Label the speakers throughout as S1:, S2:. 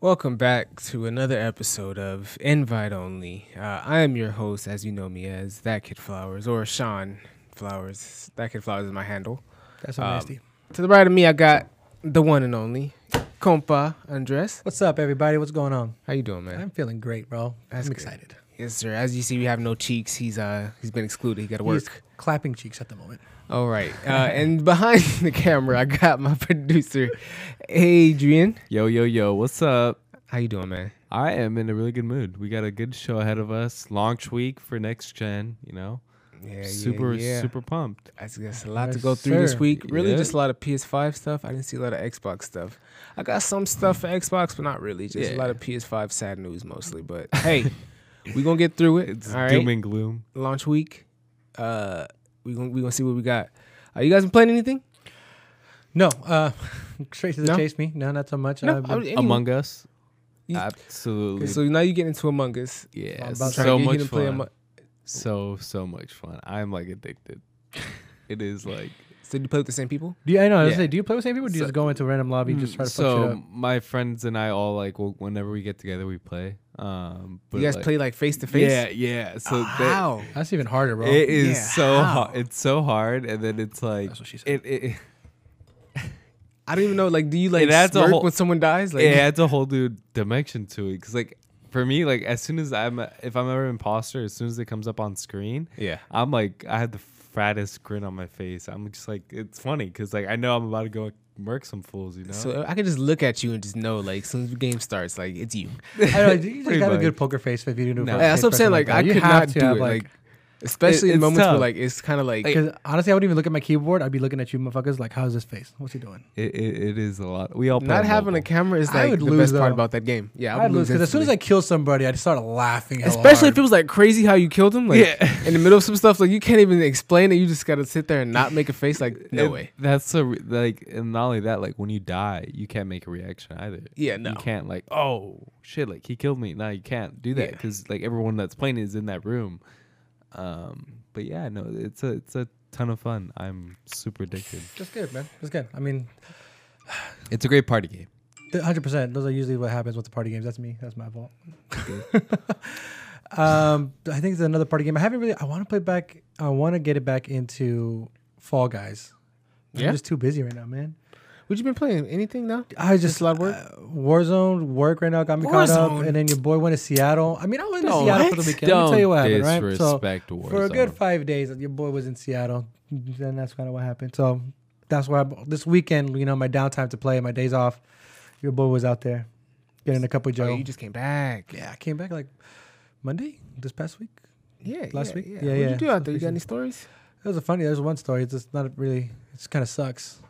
S1: Welcome back to another episode of Invite Only. Uh, I am your host, as you know me as That Kid Flowers or Sean Flowers. That Kid Flowers is my handle.
S2: That's so
S1: Um,
S2: nasty.
S1: To the right of me, I got the one and only Compa Andres.
S2: What's up, everybody? What's going on?
S1: How you doing, man?
S2: I'm feeling great, bro.
S1: That's
S2: I'm
S1: good.
S2: excited.
S1: Yes, sir. As you see, we have no cheeks. He's uh he's been excluded. He got to work.
S2: He's clapping cheeks at the moment.
S1: All right. Uh, and behind the camera, I got my producer, Adrian.
S3: Yo, yo, yo, what's up?
S1: How you doing, man?
S3: I am in a really good mood. We got a good show ahead of us. Launch week for next gen, you know?
S1: Yeah, yeah,
S3: super,
S1: yeah.
S3: super pumped.
S1: I guess a lot to
S2: Yes,
S1: go through this
S2: sir.
S1: week. Really,
S3: Yeah.
S1: just a lot of PS5 stuff. I didn't see a lot of Xbox stuff. I got some stuff for Xbox, but not really. Just a lot
S3: Yeah.
S1: of PS5 sad news mostly. But hey, we gonna get through it.
S3: It's
S1: All right.
S3: doom and gloom.
S1: Launch week. Uh, we gonna we gonna see what we got. Uh, you guys been playing anything?
S2: No, uh, straight to the
S1: No?
S2: chase me. No, not so much.
S1: No,
S2: I've
S1: I-
S2: been,
S1: any-
S3: Among Us?
S1: You-
S3: Absolutely.
S1: So now you get into Among Us.
S3: yeah,
S2: I'm about to
S3: so,
S1: Trying to get
S3: much
S1: you to play
S3: fun.
S1: Among-
S3: so, so much fun. I'm like addicted. it is like.
S1: So you play with the same people?
S2: do you, I know. I was
S3: Yeah.
S2: gonna say, do you play with same people? Or do you
S3: So-
S2: just go into random lobby, and just try to fuck
S1: Mm,
S2: shit
S3: so,
S2: up?
S3: my friends and I all like, well, whenever we get together, we play. Um, but
S1: You guys
S3: like,
S1: play like face to face.
S3: Yeah, yeah. So, they-
S1: Wow.
S2: That's even harder, bro.
S3: It is
S1: Yeah,
S3: so
S1: how?
S3: hard. It's so hard, and then it's like
S2: That's what she said.
S3: it. it
S1: I don't even know. Like, do you like
S3: It adds a
S1: smirk
S3: whole-
S1: when someone dies? Like,
S3: it adds a whole new dimension to it. Cause like for me, like as soon as I'm if I'm ever an imposter, as soon as it comes up on screen,
S1: Yeah.
S3: I'm like I had the fattest grin on my face. I'm just like it's funny because like I know I'm about to go murk some fools, you know.
S1: So I can just look at you and just know, like, as soon as the game starts, like, it's you.
S2: I don't know, you just
S3: Pretty
S2: got a
S3: much.
S2: good poker face if you do.
S3: No.
S2: fucking
S3: Yeah,
S1: that's what I'm
S2: face
S1: saying.
S2: like
S1: Like,
S2: that.
S1: I
S2: You
S1: could
S2: have
S1: not
S2: to
S1: do
S2: have,
S1: it.
S2: like-
S1: Like, especially in
S3: it's
S1: moments where,
S3: tough.
S1: like, it's kind of like,
S2: Because honestly, I wouldn't even look at my keyboard. I'd be looking at you, motherfuckers. Like, how's this face? What's he doing?
S3: it, it, it is a lot. We all play
S1: not
S3: on
S1: having a
S3: mobile.
S1: camera is
S2: I
S1: like
S2: would
S1: the
S2: lose,
S1: best part
S2: though.
S1: about that game. Yeah,
S2: I'd lose because as soon as I
S1: instantly.
S2: kill somebody, I'd start laughing. hella
S1: Especially if
S2: hard.
S1: it was like crazy how you killed him, like
S3: Yeah.
S1: in the middle of some stuff, like you can't even explain it. You just gotta sit there and not make a face, like no
S3: And
S1: way.
S3: That's a re- like, and not only that, like when you die, you can't make a reaction either.
S1: Yeah, no.
S3: you can't like, oh shit, like he killed me. No, you can't do that
S1: Yeah.
S3: because like everyone that's playing is in that room. Um, but yeah, no, it's a it's a ton of fun. I'm super addicted.
S2: That's good, man. That's good. I mean,
S3: It's a great party game.
S2: Hundred percent. Those are usually what happens with the party games. That's me. That's my fault. um, I think it's another party game. I haven't really. I want to play back. I want to get it back into Fall Guys.
S1: Yeah? Oh,
S2: I'm just too busy right now, man.
S1: What you been playing? Anything now?
S2: I just
S1: a lot of work?
S2: uh, Warzone work right now got me caught up,
S1: Warzone.
S2: and then your boy went to Seattle. I mean, I went to
S1: No,
S2: Seattle for
S1: what?
S2: the weekend. Let me tell you what happened, right? So
S3: disrespect
S2: for a good
S3: Warzone.
S2: five days, your boy was in Seattle. Then that's kind of what happened. So that's why I, this weekend, you know, my downtime to play, my days off, your boy was out there getting a cup of
S1: Oh,
S2: Joe.
S1: you just came back.
S2: yeah, I came back like Monday this past week.
S1: yeah.
S2: Last
S1: yeah,
S2: week?
S1: Yeah.
S2: Yeah,
S1: What'd
S2: yeah.
S1: you do out there? You got
S2: Something-
S1: any stories?
S2: It was a funny. There's one story. It's just not really. It's kind of sucks.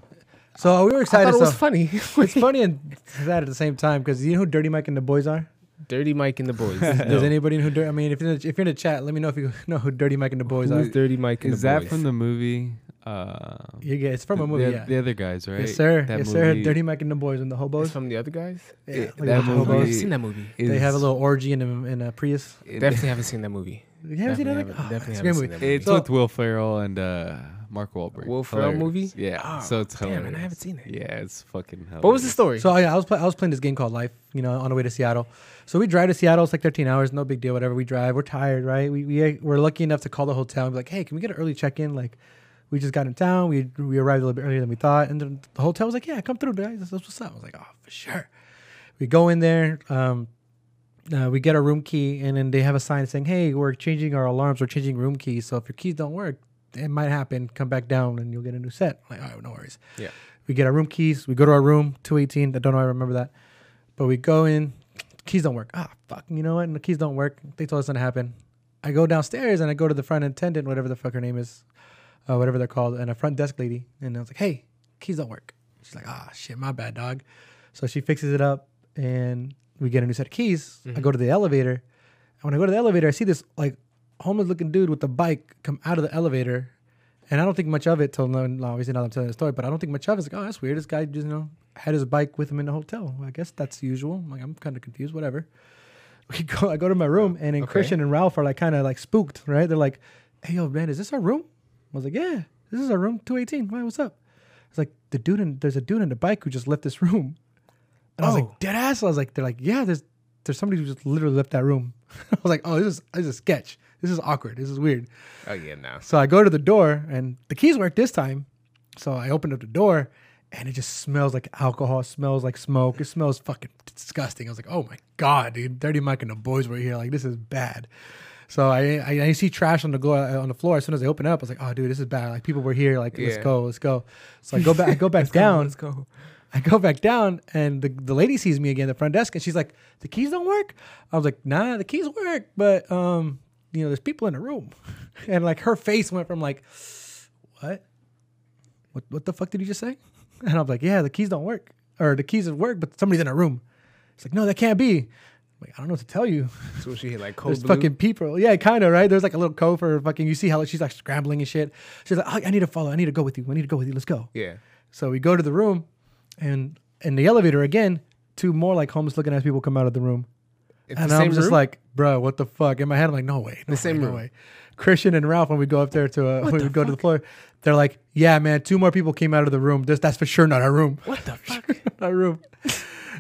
S2: So we were
S1: I
S2: excited.
S1: thought it
S2: so
S1: was funny.
S2: it's funny and sad at the same time because you know who Dirty Mike and the boys are.
S1: Dirty Mike and the boys.
S2: Does anybody know who? Dir- I mean, if you're, in the, if you're in the chat, let me know if you know who Dirty Mike and the boys
S1: Who's
S2: are.
S1: Dirty Mike and
S3: Is
S1: the
S3: that
S1: boys?
S3: from the movie? Uh,
S2: You get it's from
S3: the,
S2: a movie.
S3: the,
S2: yeah.
S3: the other guys, right?
S2: Yes, sir.
S3: That
S2: yes, sir.
S3: movie
S2: Dirty Mike and the boys and the hobos.
S1: It's from the other guys? Oh,
S2: Yeah,
S3: it-
S2: like
S3: Eh, that
S2: a bunch of
S3: movie-
S1: I've
S2: hobos.
S1: seen that movie.
S2: They have a
S3: is-
S2: little orgy in a, in a Prius.
S3: it-
S1: Definitely haven't seen that movie.
S2: You haven't seen that?
S1: Definitely
S2: Like,
S1: haven't-
S2: oh,
S1: definitely
S2: it's
S1: haven't
S2: a
S1: seen
S2: great movie.
S1: that movie.
S3: It's
S2: So-
S3: with Will Ferrell and uh, Mark Wahlberg.
S1: Will Ferrell
S3: Hilarious.
S1: movie?
S3: Yeah.
S1: Oh,
S3: so it's
S1: damn,
S3: hilarious.
S1: and I haven't seen it.
S3: Yeah, it's fucking hilarious.
S1: What was the story?
S2: So oh, yeah, I was play, I was playing this game called Life, you know, on the way to Seattle. So we drive to Seattle. It's like 13 hours, no big deal. Whatever. We drive. We're tired, right? We we we're lucky enough to call the hotel and be like, hey, can we get an early check in? Like, we just got in town. We we arrived a little bit earlier than we thought, and then the hotel was like, yeah, come through, guys. That's what's up. I was like, oh, for sure. We go in there. Um, uh, we get our room key, and then they have a sign saying, "Hey, we're changing our alarms. We're changing room keys. So if your keys don't work, it might happen. Come back down, and you'll get a new set." I'm like, all right, no worries.
S1: Yeah.
S2: We get our room keys. We go to our room, two eighteen. I don't know. I remember that, but we go in. Keys don't work. Ah, fuck. You know what? And the keys don't work. They told us not to happen. I go downstairs and I go to the front attendant, whatever the fuck her name is, uh, whatever they're called, and a front desk lady. And I was like, "Hey, keys don't work." She's like, "Ah, shit, my bad, dog." So she fixes it up, and we get a new set of keys. I go to the elevator. And when I go to the elevator, I see this like homeless-looking dude with a bike come out of the elevator, and I don't think much of it till now. now, Obviously, now that I'm telling the story, but I don't think much of it. It's like, oh, that's weird. This guy just you know had his bike with him in the hotel. I guess that's usual. I'm like, I'm kind of confused. Whatever. We go. I go to my room, and then
S1: Okay.
S2: Christian and Ralph are like kind of like spooked, right? They're like, "Hey, yo, man, is this our room?" I was like, "Yeah, this is our room 218. Why? What's up?" It's like the dude in there's a dude in the bike who just left this room, and I was
S1: Oh.
S2: like, "Dead ass." I was like, "They're like, yeah, there's there's somebody who just literally left that room." I was like, "Oh, this is this is a sketch. This is awkward. This is weird."
S1: Oh yeah, no.
S2: So I go to the door and the keys work this time. So I open up the door and it just smells like alcohol, smells like smoke. It smells fucking disgusting. I was like, oh my God, dude, Dirty Mike and the boys were here. Like, this is bad. So I, I, I see trash on the glo- uh, on the floor. As soon as I open it up, I was like, "Oh, dude, this is bad. Like people were here. Like let's
S1: Yeah.
S2: go, let's go." So I go back, I go back down.
S1: Let's go.
S2: I go back down, and the, the lady sees me again at the front desk, and she's like, "The keys don't work." I was like, "Nah, the keys work, but um, you know, there's people in the room," and like her face went from like, "What? What? What the fuck did you just say?" And I'm like, "Yeah, the keys don't work, or the keys work, but somebody's in a room." It's like, "No, that can't be." I'm like, I don't know what to tell you.
S1: So she hit like cold
S2: There's
S1: blue.
S2: fucking people. Yeah, kind of, right? There's like a little code for fucking, you see how like, she's like scrambling and shit. She's like, "Oh, "I- I need to follow. I need to go with you. I need to go with you. Let's go.
S1: yeah.
S2: So we go to the room, and in the elevator again, two more like homeless looking ass people come out of the room,
S1: It's
S2: and
S1: the
S2: I'm
S1: same
S2: just
S1: room?
S2: like, bro, what the fuck? In my head, I'm like, no way, no way,
S1: same
S2: no
S1: room.
S2: way. Christian and Ralph, when we go up there to uh, when we go to the floor, they're like, yeah, man, two more people came out of the room. This, that's for sure not our room.
S1: what the fuck?
S2: not our room.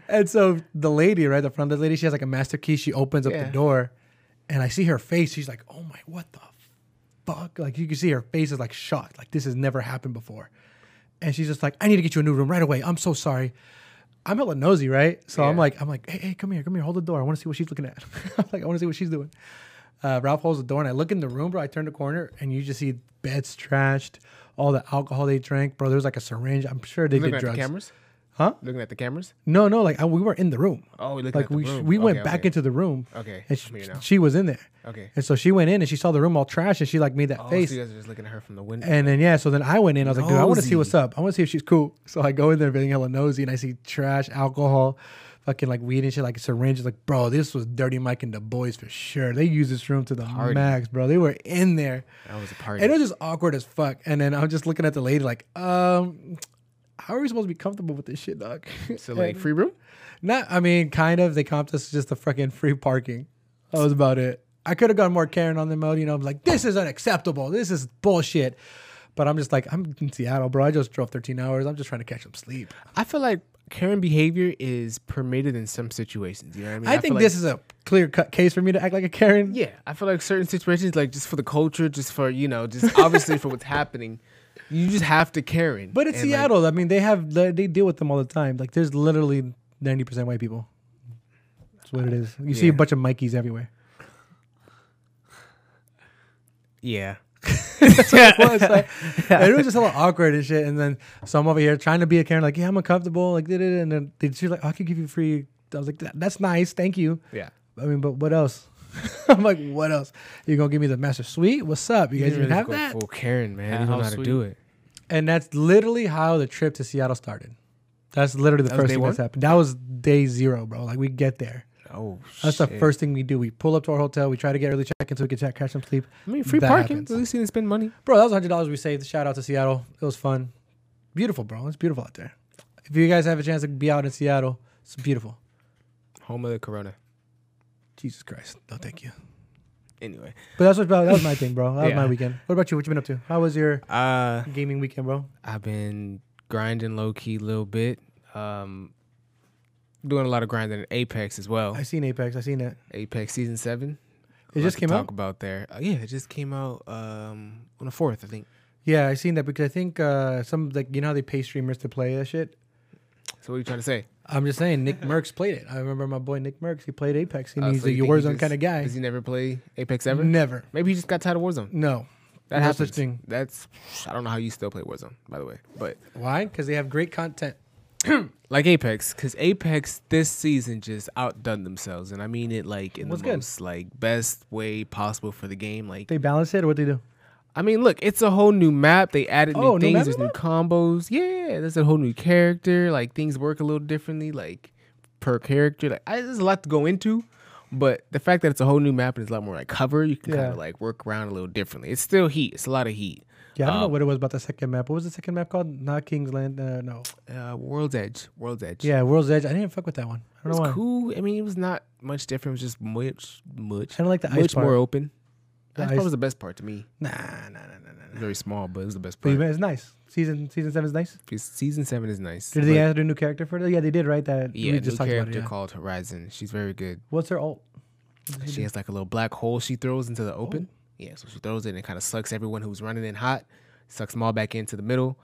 S2: and so the lady, right, the front of the lady, she has like a master key. She opens up
S1: Yeah.
S2: the door, and I see her face. She's like, oh my, what the fuck? Like you can see her face is like shocked. Like this has never happened before. And she's just like, I need to get you a new room right away. I'm so sorry. I'm hella nosy, right? So I'm
S1: Yeah.
S2: like, I'm like, hey, hey, come here, come here, hold the door. I want to see what she's looking at. I'm like, I want to see what she's doing. Uh, Ralph holds the door, and I look in the room, bro. I turn the corner, and you just see beds trashed, all the alcohol they drank, bro. There was like a syringe. I'm sure they
S1: Looking
S2: did
S1: at
S2: drugs.
S1: the cameras.
S2: Huh?
S1: Looking at the cameras.
S2: No, no, like I, we were in the room.
S1: Oh, we're looking
S2: like
S1: at the
S2: we sh-
S1: room.
S2: we went
S1: Okay,
S2: back
S1: okay.
S2: into the room.
S1: Okay,
S2: and
S1: I'm
S2: she,
S1: here now.
S2: she was in there.
S1: Okay.
S2: and so she went in and she saw the room all trash, and she like made that
S1: Oh, so
S2: face.
S1: you guys are just looking at her from the window.
S2: And then yeah, so then I went in. I was like, dude, I want to see
S1: Nosy.
S2: what's up. I want to see if she's cool. So I go in there being hella nosy, and I see trash, alcohol, fucking like weed and shit, like syringes. Like, bro, this was Dirty Mike and the boys for sure. They used this room to the max, bro. They were in there.
S1: That was a party.
S2: And it was just awkward as fuck. And then I'm just looking at the lady like, um, how are we supposed to be comfortable with this shit, dog?
S1: so like free room.
S2: Not, I mean, kind of. They comped us just the fucking free parking. That was about it. I could have gone more Karen on the mode. You know, I'm like, this is unacceptable. This is bullshit. But I'm just like, I'm in Seattle, bro. I just drove 13 hours. I'm just trying to catch some sleep.
S1: I feel like Karen behavior is permitted in some situations. You know what I mean?
S2: I, think this is a clear cut case for me to act like a Karen.
S1: Yeah, I feel like certain situations, like just for the culture, just for you know, just obviously for what's happening, you just have to Karen.
S2: But it's
S1: And, like,
S2: Seattle. I mean, they have they they deal with them all the time. Like, there's literally 90% white people. That's what it is. You see
S1: Yeah.
S2: a bunch of Mikeys everywhere.
S1: yeah,
S2: That's what it was. Like, and it was just a little awkward and shit. And then so I'm over here trying to be a Karen, like, yeah, I'm uncomfortable, like, did it. And then they- she's like, oh, I could give you free. I was like, "That- that's nice, thank you.
S1: yeah.
S2: I mean, but what else? I'm like, what else? You're gonna give me the master suite? What's up? You guys
S1: You
S2: even
S1: really
S2: have
S1: go
S2: that?
S1: full Karen, man.
S3: Yeah,
S1: you don't
S3: how
S1: know how to
S3: sweet.
S1: do it.
S2: And that's literally how the trip to Seattle started. That's literally the
S1: was
S2: first
S1: day
S2: thing that's
S1: one?
S2: happened. That was day zero, bro. Like we get there.
S1: Oh,
S2: That's
S1: shit.
S2: the first thing we do. We pull up to our hotel. We try to get early check in so we can check, catch some sleep.
S1: I mean, free
S2: That
S1: parking.
S2: happens.
S1: At least you didn't spend money.
S2: bro. That was hundred dollars we saved. Shout out to Seattle. It was fun, beautiful, bro. It's beautiful out there. If you guys have a chance to be out in Seattle, it's beautiful.
S1: Home of the Corona.
S2: Jesus Christ, no, thank you.
S1: Anyway,
S2: But that's what that was my thing, bro. That was
S1: Yeah.
S2: my weekend. What about you? What you been up to? How was your
S1: uh,
S2: gaming weekend, bro?
S1: I've been grinding low key a little bit. Um, doing a lot of grinding in Apex as well.
S2: I seen Apex. I seen it.
S1: Apex season seven.
S2: It just came
S1: talk
S2: out.
S1: about there. Uh, yeah, it just came out um on the fourth, I think.
S2: Yeah, I seen that because I think uh, some like you know how they pay streamers to play that shit.
S1: So what are you trying to say?
S2: I'm just saying, Nick Merckx played it. I remember my boy Nick Merckx. He played Apex. He
S1: Uh,
S2: needs
S1: so
S2: a
S1: you think he
S2: Warzone
S1: just-
S2: kind of guy.
S1: Does he never play Apex ever?
S2: Never.
S1: Maybe he just got tired of Warzone.
S2: No.
S1: That
S2: no
S1: happens.
S2: such thing.
S1: That's I don't know how you still play Warzone, by the way. But
S2: Why? Because they have great content.
S1: like Apex, because Apex this season just outdone themselves, and I mean it like in
S2: What's
S1: the
S2: good?
S1: most like best way possible for the game. Like
S2: They balance it, or what they do?
S1: I mean, look, it's a whole new map. They added
S2: Oh,
S1: new
S2: new
S1: things.
S2: map
S1: There's
S2: in
S1: new
S2: that?
S1: combos. Yeah, there's a whole new character. Like things work a little differently, like per character. Like I, there's a lot to go into, But the fact that it's a whole new map and it's a lot more like cover, you can kind
S2: Yeah.
S1: of like work around a little differently. It's still heat. It's a lot of heat.
S2: Yeah, I don't know
S1: Um,
S2: what it was about the second map. What was the second map called? Not King's Land. Uh, no.
S1: Uh, World's Edge. World's Edge.
S2: Yeah, World's Edge. I didn't fuck with that one. I
S1: It
S2: don't know
S1: was
S2: why.
S1: cool. I mean, it was not much different. It was just much, much,
S2: I don't like the ice
S1: much
S2: part.
S1: more open.
S2: The
S1: That
S2: ice-
S1: was the best part to me.
S2: Nah, nah, nah, nah, nah.
S1: It was very small, but it was the best
S2: But
S1: part.
S2: you- it's nice. Season season seven is nice.
S1: Because Season seven is nice.
S2: Did they
S1: but-
S2: add a new character for it? Yeah, they did, right? That
S1: Yeah,
S2: we
S1: new
S2: just talked about.
S1: character
S2: It, yeah.
S1: called Horizon. She's very good.
S2: What's her alt?
S1: She has like a little black hole she throws into the open.
S2: Oh.
S1: Yeah, so she throws it and it kind of sucks everyone who's running in hot, sucks them all back into the middle,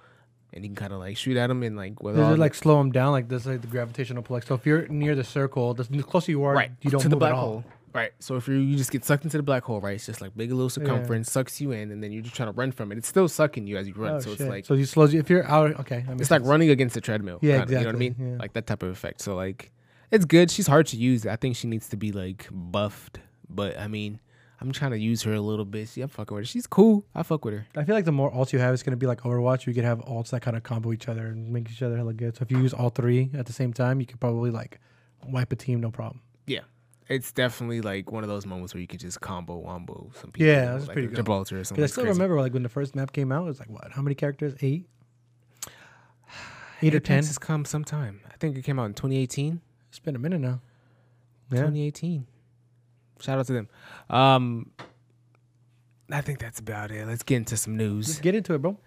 S1: and you can kind of like shoot at them and like with
S2: Does
S1: all
S2: it like slow them down like this, like the gravitational pull? Like, so if you're near the circle, the the closer you are,
S1: right
S2: you don't
S1: to
S2: move
S1: the black
S2: at all.
S1: hole. Right, so if you you just get sucked into the black hole, right? It's just like big little circumference sucks you in, and then you're just trying to run from it. It's still sucking you as you run,
S2: Oh,
S1: so it's
S2: shit.
S1: like
S2: so you slows you if you're out. Okay, that makes
S1: it's like
S2: sense.
S1: running against a treadmill.
S2: Yeah,
S1: kinda, You know what I mean?
S2: exactly, yeah.
S1: Like that type of effect. So like, it's good. She's hard to use. I think she needs to be like buffed. But I mean, I'm trying to use her a little bit. See, I'm fucking with her. She's cool. I fuck with her.
S2: I feel like the more alts you have, it's gonna be like Overwatch. You could have alts that kind of combo each other and make each other hella good. So if you use all three at the same time, you could probably like wipe a team, no problem.
S1: Yeah. It's definitely like one of those moments where you could just combo wombo some people.
S2: Yeah,
S1: you know,
S2: that's
S1: like
S2: pretty
S1: a
S2: good.
S1: Gibraltar or something.
S2: Because I still
S1: crazy.
S2: remember like when the first map came out, it was like what? How many characters? Eight, eight or ten.
S1: Apex has come sometime. I think it came out in 2018.
S2: It's been a minute now. Yeah.
S1: 2018. Shout out to them. Um, I think that's about it. Let's get into some news.
S2: Just get into it, bro.
S1: All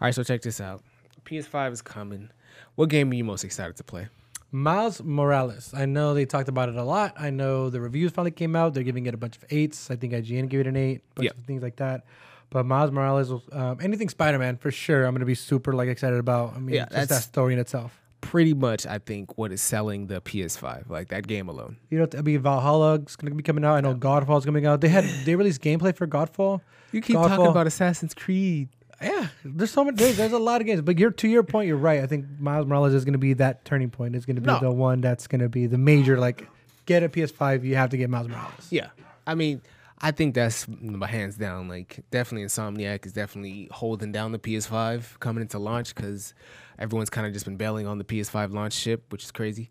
S1: right, so check this out. PS5 is coming. What game are you most excited to play?
S2: Miles Morales. I know they talked about it a lot. I know the reviews finally came out. They're giving it a bunch of eights. I think IGN gave it an eight, bunch
S1: Yeah.
S2: of things like that. But Miles Morales, um, anything Spider Man for sure. I'm gonna be super like excited about. I mean,
S1: Yeah,
S2: just that
S1: that's-
S2: story in itself.
S1: Pretty much, I think what is selling the PS5, like that game alone.
S2: You know, I mean, Valhalla's gonna be coming out. I know Godfall's coming out. They had they released gameplay for Godfall.
S1: You keep talking
S2: Godfall.
S1: about Assassin's Creed.
S2: Yeah, there's so many. There's, there's a lot of games, but you're to your point. You're right. I think Miles Morales is gonna be that turning point. It's gonna be
S1: No.
S2: the one that's gonna be the major like get a PS5. You have to get Miles Morales.
S1: Yeah, I mean, I think that's my hands down. Like, definitely Insomniac is definitely holding down the PS5 coming into launch because everyone's kind of just been bailing on the PS5 launch ship, which is crazy.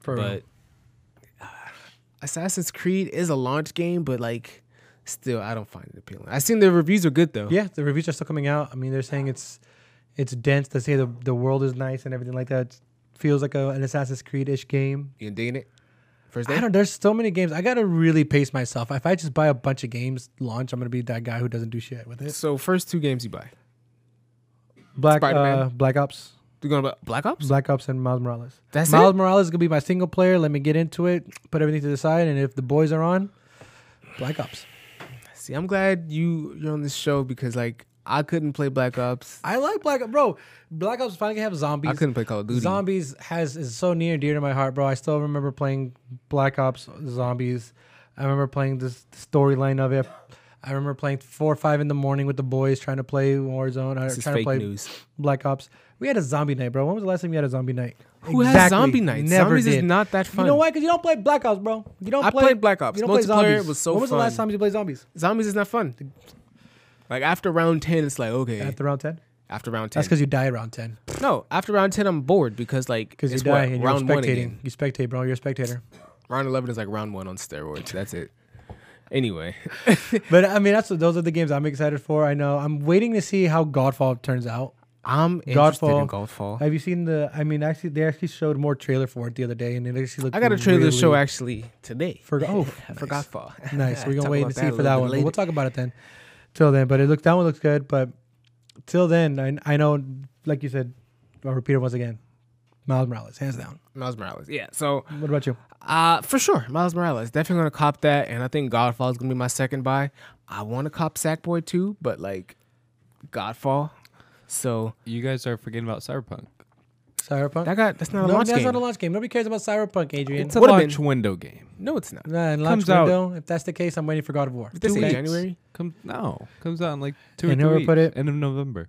S2: For real.
S1: but uh, Assassin's Creed is a launch game, but like, still, I don't find it appealing. I seen the reviews are good though.
S2: Yeah, the reviews are still coming out. I mean, they're saying it's it's dense. They say the the world is nice and everything like that. It feels like a, an Assassin's Creed ish game.
S1: you digging it? First day.
S2: I don't. There's so many games. I gotta really pace myself. If I just buy a bunch of games launch, I'm gonna be that guy who doesn't do shit with it.
S1: So first two games you buy.
S2: Black uh,
S1: Spider-Man.
S2: Black Ops,
S1: You going to Black Ops?
S2: Black Ops, and Miles Morales.
S1: That's
S2: Miles
S1: it.
S2: Morales is gonna be my single player. Let me get into it. Put everything to the side, and if the boys are on, Black Ops.
S1: See, I'm glad you you're on this show because like I couldn't play Black Ops.
S2: I like Black Ops, bro. Black Ops finally have zombies.
S1: I couldn't play Call of Duty.
S2: Zombies has is so near and dear to my heart, bro. I still remember playing Black Ops Zombies. I remember playing this storyline of it. I remember playing four or five in the morning with the boys trying to play Warzone. I
S1: This is
S2: trying to
S1: fake
S2: play
S1: news.
S2: Black Ops. We had a zombie night, bro. When was the last time you had a zombie night?
S1: Who has zombie nights? zombies is not that fun.
S2: You know why? Because you don't play Black Ops, bro. You don't.
S1: I
S2: play,
S1: played Black Ops.
S2: You don't play
S1: Multiplayer
S2: zombies.
S1: was so
S2: When was the last
S1: fun.
S2: time you played zombies?
S1: Zombies is not fun. Like after round ten, it's like okay.
S2: After round ten.
S1: After round ten,
S2: That's because you die at round ten.
S1: no. After round ten, I'm bored because like
S2: Because you
S1: it's
S2: die
S1: what,
S2: and you're
S1: round one
S2: spectating.
S1: again.
S2: You spectate, bro. You're a spectator.
S1: Round eleven is like round one on steroids. That's it. Anyway,
S2: But I mean, that's those are the games I'm excited for. I know I'm waiting to see how Godfall turns out.
S1: I'm interested in
S2: Godfall.
S1: Godfall.
S2: Have you seen the? I mean, actually, they actually showed more trailer for it the other day, and it actually looked.
S1: I got a trailer
S2: really
S1: show actually today
S2: For oh,
S1: for
S2: nice.
S1: Godfall.
S2: Nice. We're
S1: Talk
S2: gonna wait
S1: about
S2: and
S1: a
S2: see for
S1: little
S2: that
S1: bit
S2: one. But
S1: later.
S2: We'll talk about it then. Till then, but it looked that one looks good. But till then, I I know, like you said, I'll repeat it once again. Miles Morales, hands down.
S1: Miles Morales. Yeah. So
S2: What about you?
S1: Uh, for sure, Miles Morales. Definitely gonna cop that, and I think Godfall is gonna be my second buy. I want to cop Sackboy too, but like Godfall. So
S3: You guys are forgetting about Cyberpunk.
S2: Cyberpunk.
S1: that got that's not a
S2: no,
S1: launch
S2: that's
S1: game.
S2: not a launch game. Nobody cares about Cyberpunk, Adrian.
S3: It's a
S1: Would've
S3: launch
S1: been.
S3: window game.
S1: no, it's not.
S2: Nah, and launch
S3: comes out-
S2: window. If that's the case, I'm waiting for God of War.
S1: This
S2: Two
S1: ain't
S2: weeks.
S1: January.
S3: Comes no, comes out in like two
S2: And
S3: or
S2: whoever
S3: three
S2: put
S3: weeks,
S2: it-
S3: end of November.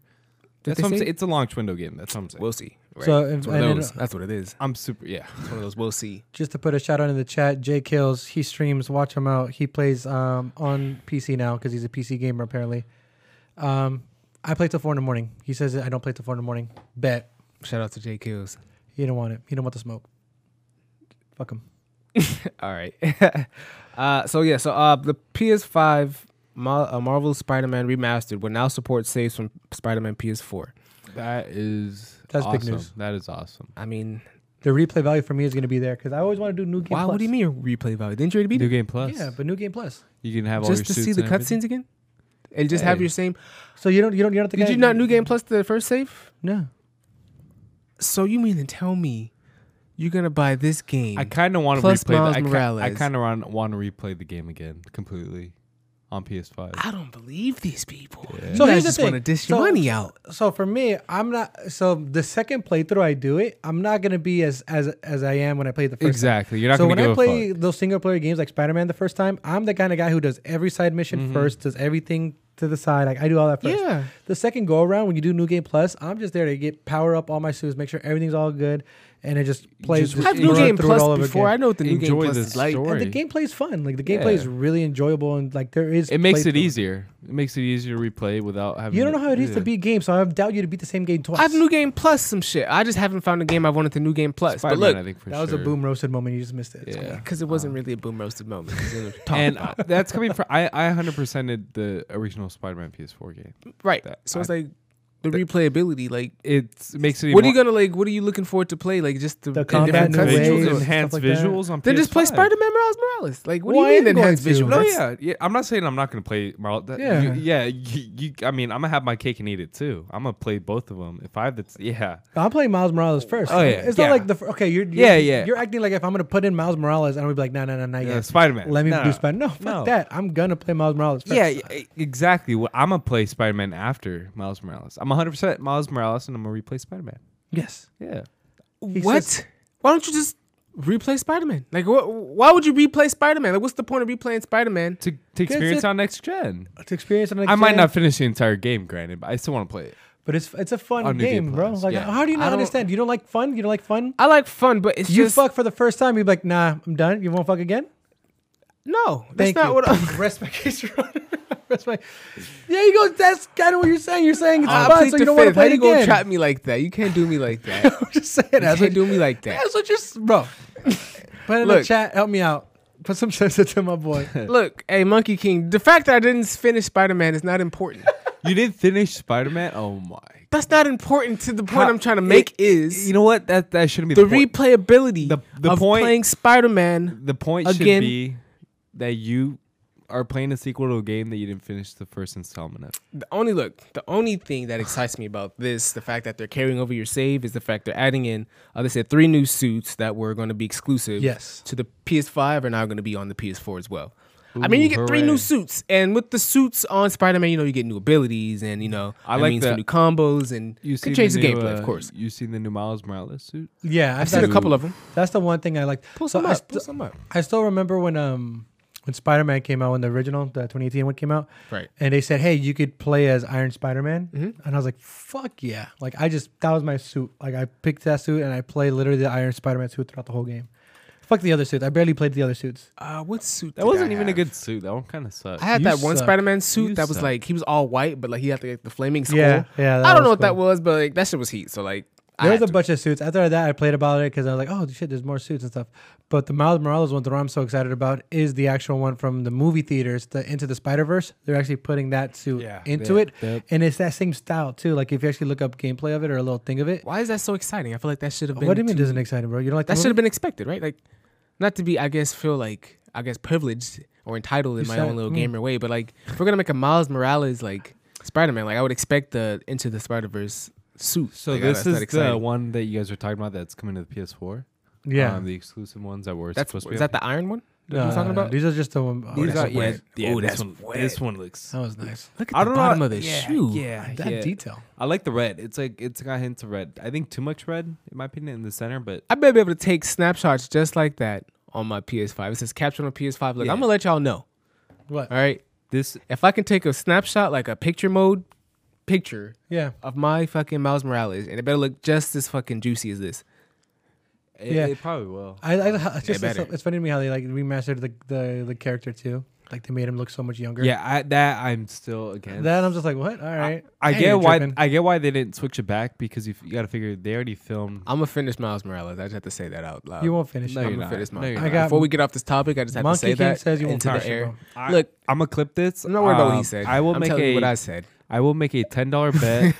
S1: Did
S3: That's
S1: they
S3: what I'm
S1: say?
S3: saying. It's a launch window game. That's what I'm saying.
S1: We'll see. Right?
S2: So,
S1: it's
S2: if-
S1: one of
S2: and
S1: those.
S2: then-
S1: that's what it is.
S3: I'm super. Yeah,
S1: It's one of those. We'll see.
S2: just to put a shout out in the chat, Jay Kills, he streams, watch him out. He plays um, on PC now because he's a PC gamer apparently. Um, I play till four in the morning. He says I don't play till four in the morning. Bet
S1: Shout out to Jay Kills.
S2: he don't want it. He don't want the smoke. Fuck him.
S1: All right. uh, so yeah, so uh, the PS5 Mar- uh, Marvel Spider-Man remastered will now support saves from Spider-Man PS4.
S3: That is
S2: That's big
S3: awesome.
S2: news.
S3: That is awesome.
S1: I mean,
S2: The replay value for me is going to be there because I always want to do new game.
S1: why?
S2: plus.
S1: What do you mean replay value? Didn't you already beat
S3: New
S1: it?
S3: Game Plus.
S2: Yeah, but new game plus.
S3: you can have all
S1: Just
S3: your
S1: to
S3: suits
S1: see the
S3: and everything.
S1: cutscenes again, and just have
S3: Hey.
S1: your same.
S2: So you don't you don't you don't think
S1: Did
S2: I-
S1: you not new game plus the first save?
S2: No.
S1: So you mean to tell me you're gonna buy this game?
S3: I kind of want to
S1: Plus
S3: replay.
S1: Miles
S3: the, I ki- I
S1: Morales.
S3: kind of want, want to replay the game again completely on PS5.
S1: I don't believe these people. You
S2: So
S1: guys
S2: here's the
S1: just want to
S2: thing.
S1: dish your
S2: So-
S1: money out.
S2: So for me, I'm not. So the second playthrough I do it, I'm not gonna be as as as I am when I played the first. time.
S3: exactly. You're not
S2: so when
S3: going to
S2: I
S3: go
S2: play those single player games like Spider Man the first time, I'm the kind of guy who does every side mission first, does everything to the side. Like I do all that first.
S1: Mm-hmm. Yeah.
S2: The second go around when you do New Game Plus, I'm just there to get power up all my suits, make sure everything's all good, and it just plays.
S3: Just
S2: just
S1: I've new
S2: run
S1: game
S2: through it all
S1: plus
S2: over
S1: before. I
S2: again.
S1: know what the new game
S3: Enjoy
S1: plus
S3: the
S1: is like.
S3: story.
S2: And the gameplay is fun. Like the gameplay is
S3: Yeah.
S2: really enjoyable, and like there is.
S3: It makes it
S2: playthrough.
S3: easier. It makes it easier to replay without having.
S2: You don't know how it is to
S3: Yeah.
S2: beat games, so I doubt you to beat the same game twice.
S1: I've new game plus some shit. I just haven't found a game I wanted the new game plus.
S3: Spider-Man,
S1: but
S3: I
S1: look,
S3: think for
S2: That was a
S3: sure.
S2: boom roasted moment. You just missed it. It's cool.
S3: Yeah.
S1: because it wasn't really a boom roasted moment. 'cause it was talked
S3: and
S1: about.
S3: that's coming from I I 100%ed the original Spider-Man PS4 game.
S1: right,
S3: that-
S1: so it's
S3: I-
S1: like the replayability. Like,
S3: It's, it makes it.
S1: what are you
S3: even-
S1: gonna like? What are you looking forward to play? Like, just the,
S2: The
S1: and
S2: combat,
S1: different
S2: new
S1: cutscenes?
S2: ways,
S3: visuals,
S2: and
S3: enhanced
S2: stuff like that?
S3: visuals on
S1: Then
S3: PS5.
S1: just play Spider-Man Miles Morales. Like, what
S2: Well,
S1: do
S2: I
S1: you
S2: am
S1: mean enhanced
S2: going to.
S1: visuals?
S3: No, Oh, yeah, yeah. I'm not saying I'm not gonna play Marvel. That, yeah,
S2: Yeah.
S3: you, yeah. You, you, I mean, I'm gonna have my cake and eat it too. I'm gonna play both of them. If I have the, t- yeah,
S2: I'm playing Miles Morales first.
S3: Oh, yeah.
S2: It's
S3: Yeah.
S2: not like the fir- okay. You're, you're
S3: Yeah, yeah.
S2: You're acting like if I'm gonna put in Miles Morales, I'm gonna be like, no, no, no, not
S3: yeah.
S2: yet.
S3: Uh, Spider-Man.
S2: Let me
S3: No,
S2: do
S3: no.
S2: Spider. No, fuck
S3: No.
S2: that. I'm gonna play Miles Morales. First.
S3: Yeah, e- exactly. Well, I'm gonna play Spider-Man after Miles Morales. I'm 100 percent Miles Morales, and I'm gonna replay Spider-Man.
S2: Yes.
S3: Yeah.
S2: He's
S1: What?
S2: just-
S1: why don't you just replay Spider-Man? Like, wh- why would you replay Spider-Man? Like, what's the point of replaying Spider-Man?
S3: To, to experience
S2: it.
S3: on next gen.
S2: It's experience. on the
S3: I might
S2: gen,
S3: not finish the entire game, granted, but I still want to play it.
S2: But it's it's a fun
S3: On New Game
S2: game, bro.
S3: Plus,
S2: Like,
S3: yeah.
S2: how do you
S1: I
S2: not
S1: don't-
S2: understand? You don't like fun. You don't like fun.
S1: I like fun, but it's
S2: You
S1: just
S2: fuck for the first time. You're like, nah, I'm done. You won't fuck again.
S1: no. That's
S2: Thank
S1: not
S2: you.
S1: what. I'm...
S2: rest my case, Your Honor. Rest my. There you go. That's kind of what you're saying. You're saying it's
S1: I
S2: fun,
S1: plead
S2: so
S1: the
S2: you don't want to
S1: fifth. How
S2: play it
S1: you gonna
S2: again.
S1: trap me like that? You can't do me like that. you
S2: I'm just saying. That's what
S1: can't do me like that.
S2: That's what you're, s- bro. Put in the
S1: Look.
S2: chat. Help me out. Put some sense into my boy.
S1: Look, hey, Monkey King. The fact that I didn't finish Spider Man is not important.
S3: You didn't finish Spider-Man? Oh my.
S1: That's not important to the point
S3: How-
S1: I'm trying to make. is
S3: You know what? That that shouldn't be
S1: the
S3: the, point.
S1: replayability
S3: The- the
S1: of
S3: point-
S1: playing Spider Man.
S3: The point should
S1: Again.
S3: be that you are playing a sequel to a game that you didn't finish the first installment of.
S1: The only look, the only thing that excites me about this, the fact that they're carrying over your save, is the fact they're adding in. Uh, they said three new suits that were going to be exclusive.
S2: Yes.
S1: to the PS5 are now going to be on the PS4 as well. I mean,
S3: Ooh,
S1: you get three new
S3: hooray.
S1: suits, and with the suits on Spider Man, you know you get new abilities, and you know
S3: I
S1: that
S3: like
S1: means
S3: that-
S1: for new combos, and
S3: You
S1: you
S3: see
S1: can change the, gameplay,
S3: uh,
S1: of course.
S3: You seen the new Miles Morales suit?
S2: Yeah, I've
S1: I've seen a
S2: that's,
S1: couple of them.
S2: that's the one thing I like.
S1: Pull
S2: So
S1: some
S2: I,
S1: up.
S2: st-
S1: pull some up.
S2: I still remember when um when Spider Man came out, when the original, the 2018 one came out,
S1: Right.
S2: and they said, hey, you could play as Iron Spider Man,
S1: Mm-hmm.
S2: and I was like, fuck yeah! Like I just that was my suit. Like I picked that suit and I played literally the Iron Spider Man suit throughout the whole game. Fuck the other suits. I barely played the other suits.
S1: Uh, what suit?
S3: That wasn't even a good suit. That one kind of sucked.
S1: I had
S2: You
S1: that one
S2: suck.
S1: Spider-Man suit
S3: You
S1: that was
S3: suck.
S1: like he was all white, but like he had the, the flaming skull.
S2: Yeah, yeah, that
S1: I don't know
S2: was
S1: what that
S2: cool.
S1: was, but like that shit was heat. So like, I
S2: There was
S1: had
S2: a
S1: to.
S2: bunch of suits. After that, I played about it because I was like, oh shit, there's more suits and stuff. But the Miles Morales one that I'm so excited about is the actual one from the movie theaters, the Into the Spider Verse. They're actually putting that suit
S3: Yeah,
S2: into
S3: yep,
S2: it,
S3: yep.
S2: and it's that same style too. Like if you actually look up gameplay of it or a little thing of it,
S1: Why is that so exciting? I feel like that should have been.
S2: what do you mean
S1: too-
S2: doesn't excite you, bro? You don't like
S1: that
S2: the
S1: should have
S2: movie?
S1: been expected, right? Like, not to be, I guess, feel like I guess privileged or entitled in
S2: You
S1: my
S2: said-
S1: own little
S2: mm.
S1: gamer way, but like if we're gonna make a Miles Morales like Spider-Man, like I would expect the Into the Spider-Verse suit.
S3: So
S1: Like, oh,
S3: this
S1: that's not
S3: is the
S1: exciting.
S3: one that you guys were talking about that's coming to the PS4.
S2: yeah.
S3: um, the exclusive ones that were
S1: That's
S3: supposed to be.
S1: is that the Iron one? That
S2: No,
S1: we're talking
S2: no, no.
S1: about.
S2: These are just the one. oh,
S1: These
S2: that's
S1: are-
S2: so
S1: yeah,
S2: wet.
S1: yeah,
S3: this,
S1: this
S3: one,
S1: one-
S3: this one looks.
S1: Oh.
S2: That was nice.
S1: Look at
S3: I
S1: the
S3: don't know.
S1: bottom of the
S3: yeah,
S1: shoe.
S3: Yeah,
S2: That
S3: yeah.
S2: detail.
S3: I like the red. It's like it's got hints of red. I think too much red, in my opinion, in the center. But
S1: I may be able to take snapshots just like that on my PS5. It says capture on PS5. Look,
S3: Yeah.
S1: I'm gonna let y'all know.
S2: What?
S1: All right,
S3: this,
S1: if I can take a snapshot, like a picture mode picture
S2: Yeah.
S1: of my fucking Miles Morales, and it better look just as fucking juicy as this.
S3: it,
S2: Yeah.
S3: it probably will.
S2: I, I it's, just, it's,
S1: better.
S2: it's funny to me how they like remastered the, the, the character too. Like they made him look so much younger.
S3: Yeah, I, that I'm still against.
S2: Then I'm just like, what? All right.
S3: I
S2: Hey,
S3: get
S2: you're
S3: why
S2: tripping.
S3: I get why they didn't switch it back because you, f- you got to figure they already filmed.
S1: I'm gonna finish Miles Morales. I just have to say that out loud.
S2: you won't finish.
S3: No,
S2: it.
S1: I'm
S3: you're
S1: gonna
S3: not.
S1: finish
S3: No,
S1: Miles
S3: you're
S1: Morales.
S2: not. I got-
S1: Before we get off this topic, I just have
S2: Monkey
S1: to say
S2: King
S1: that
S2: says you won't
S1: into
S2: finish
S1: the
S2: it,
S1: air.
S2: bro.
S3: I-
S1: Look,
S3: I'm gonna clip this.
S1: I'm not worried about what he
S3: Um,
S1: said.
S3: I will
S1: I'm
S3: make
S1: telling you
S3: a
S1: what I said.
S3: I will make a ten dollar bet.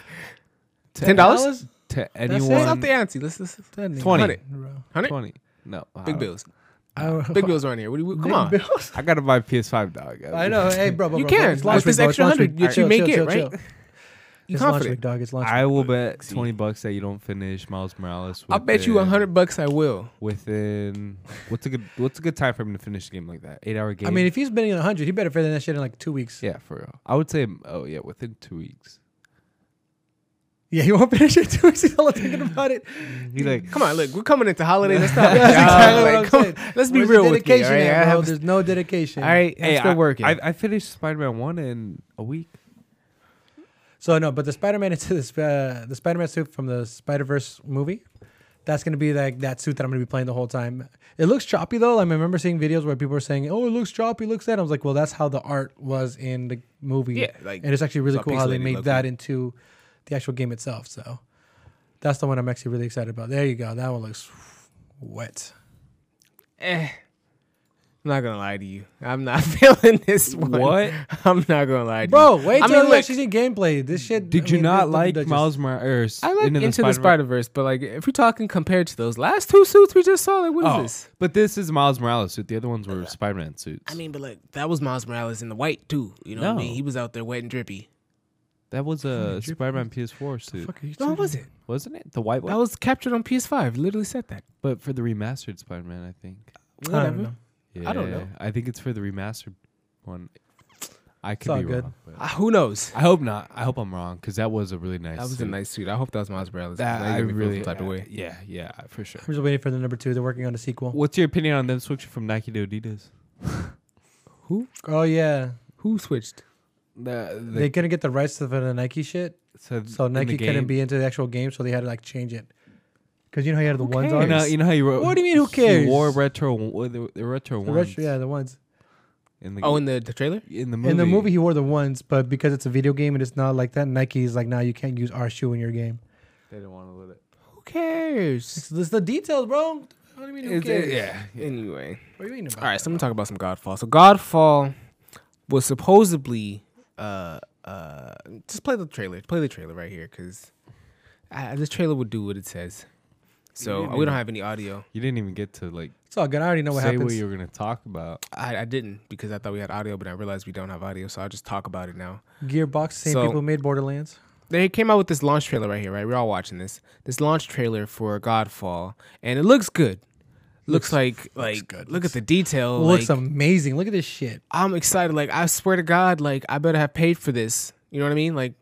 S3: to-
S1: Ten dollars?
S3: to
S2: it?
S1: Let's up
S3: anyone.
S1: the ante. Let's, let's,
S2: Doesn't even-
S3: 20.
S2: Bro.
S1: Hundred?
S3: Twenty. No, I
S1: big
S3: don't-
S1: bills.
S2: I-
S1: Big bills aren't here. What do you, come
S2: Big
S1: on.
S2: bills.
S3: I gotta buy PS5, dog.
S2: I know. Hey, bro, bro,
S1: You
S2: bro,
S1: can.
S2: It's launch
S1: With this
S2: week, bro.
S1: extra
S2: It's launch
S1: 100,
S2: week.
S1: you
S2: Chill,
S1: make
S2: chill,
S1: it,
S2: chill,
S1: right?
S2: chill.
S1: You
S2: It's launch
S1: confident?
S2: week, dog. It's launch
S3: I
S2: week.
S3: will bet twenty bucks that you don't finish Miles Morales.
S1: I'll bet you a
S3: within-
S1: hundred bucks I will.
S3: Within what's a good what's a good time for him to finish a game like that? Eight hour game.
S2: I mean, if he's betting on 100, he better finish that shit in like two weeks. Yeah,
S3: yeah, for real. I would say oh yeah, within two weeks.
S2: he won't finish it in two weeks. He's all thinking about it.
S3: He's like,
S1: Come on, look, we're coming into holiday. Let's not.
S2: That's
S1: like,
S2: exactly what I'm
S1: come
S2: saying.
S1: on, let's be
S2: Where's the
S1: real with me.
S2: dedication
S1: All right,
S2: at,
S1: I
S2: bro?
S1: have,
S2: There's no dedication.
S1: all right
S3: hey,
S1: I'm still
S3: I-
S1: working.
S3: I, I finished Spider Man one in a week.
S2: So no, but the Spider-Man into the, Sp- uh, the Spider-Man suit from the Spider-Verse movie, that's gonna be like that suit that I'm gonna be playing the whole time. It looks choppy though. Like, I remember seeing videos where people were saying, "Oh, it looks choppy, looks that." I was like, "Well, that's how the art was in the movie."
S1: Yeah, like,
S2: and it's actually really
S1: it's all
S2: cool how they
S1: pixelated
S2: made
S1: low-key.
S2: that into the actual game itself. So that's the one I'm actually really excited about. There you go. That one looks wet.
S1: eh, I'm not gonna lie to you. I'm not feeling this one.
S3: What?
S1: I'm not gonna lie to
S2: Bro,
S1: you.
S2: wait
S1: I
S2: till
S1: mean,
S2: you
S1: look,
S2: actually see gameplay. This shit.
S3: Did
S2: I
S3: you
S2: mean,
S3: not
S2: this-
S3: like
S2: this-
S3: Miles Morales?
S1: I like Into, the
S3: Spider-Verse?
S1: Spider Verse, but like if you're talking compared to those last two suits we just saw, like what is
S3: Oh,
S1: this?
S3: but this is Miles Morales suit. The other ones were Spider Man suits.
S1: I mean, but like that was Miles Morales in the white too. You know what
S3: No.
S1: I mean? He was out there wet and drippy.
S3: that was a Spider Man PS4 suit,
S2: Fuck are you
S1: No,
S2: talking-
S1: it wasn't.
S3: wasn't it? The white one.
S1: That was captured on PS5. Literally said that.
S3: but for the remastered Spider Man, I think.
S2: I don't know.
S3: Yeah,
S1: I don't know.
S3: I think it's for the remastered one. I could
S2: all
S3: be
S2: good.
S3: wrong. but-
S1: Uh, who knows?
S3: I hope not. I hope I'm wrong because that was a really nice.
S1: That was a
S3: suit.
S1: nice suit. I hope that was Miles Morales.
S3: That
S1: Now you
S3: I
S1: made me feel
S3: really uh,
S1: some type of way.
S3: Yeah, yeah, for sure.
S2: I'm just waiting for the number two. They're working on a sequel.
S3: What's your opinion on them switching from Nike to Adidas?
S2: Oh yeah,
S1: Who switched?
S3: The, the,
S2: they couldn't get the rights to the Nike shit,
S3: so,
S2: so Nike couldn't be into the actual game, so they had to like change it. Because you know how you had the ones
S3: You
S2: on.
S3: know,
S1: cares?
S3: you know how you wrote.
S2: What do you mean, who cares?
S3: He wore retro, wo- the, the retro
S2: the
S3: ones.
S2: retro- yeah, the ones.
S3: In the,
S1: Oh, in the, the trailer?
S3: in the movie.
S2: In the movie, he wore the ones, but because it's a video game and it's not like that, Nike's like, now you can't use our shoe in your game.
S3: they didn't want to let it.
S1: Who cares?
S2: So this the details, bro. What do you mean? Who
S1: It's- uh,
S2: cares?
S1: yeah. Anyway.
S2: What do you mean? About
S1: All right, so I'm gonna talk about some Godfall. So Godfall was supposedly uh uh just play the trailer. Play the trailer right here because this trailer would do what it says. So
S3: didn't
S1: we don't
S3: even-
S1: have any audio.
S3: You didn't even get to like
S2: It's all good. I already know what
S3: say
S2: happens.
S3: what you were gonna talk about.
S1: I, I didn't because I thought we had audio, but I realized we don't have audio. So I'll just talk about it now.
S2: Gearbox, same
S1: So-
S2: people who made Borderlands.
S1: they came out with this launch trailer right here, right? We're all watching this. This launch trailer for Godfall, and it looks good. Looks, like like look at the detail.
S2: looks
S1: like,
S2: amazing. Look at this shit.
S1: I'm excited. Like I swear to God, like I better have paid for this. You know what I mean? Like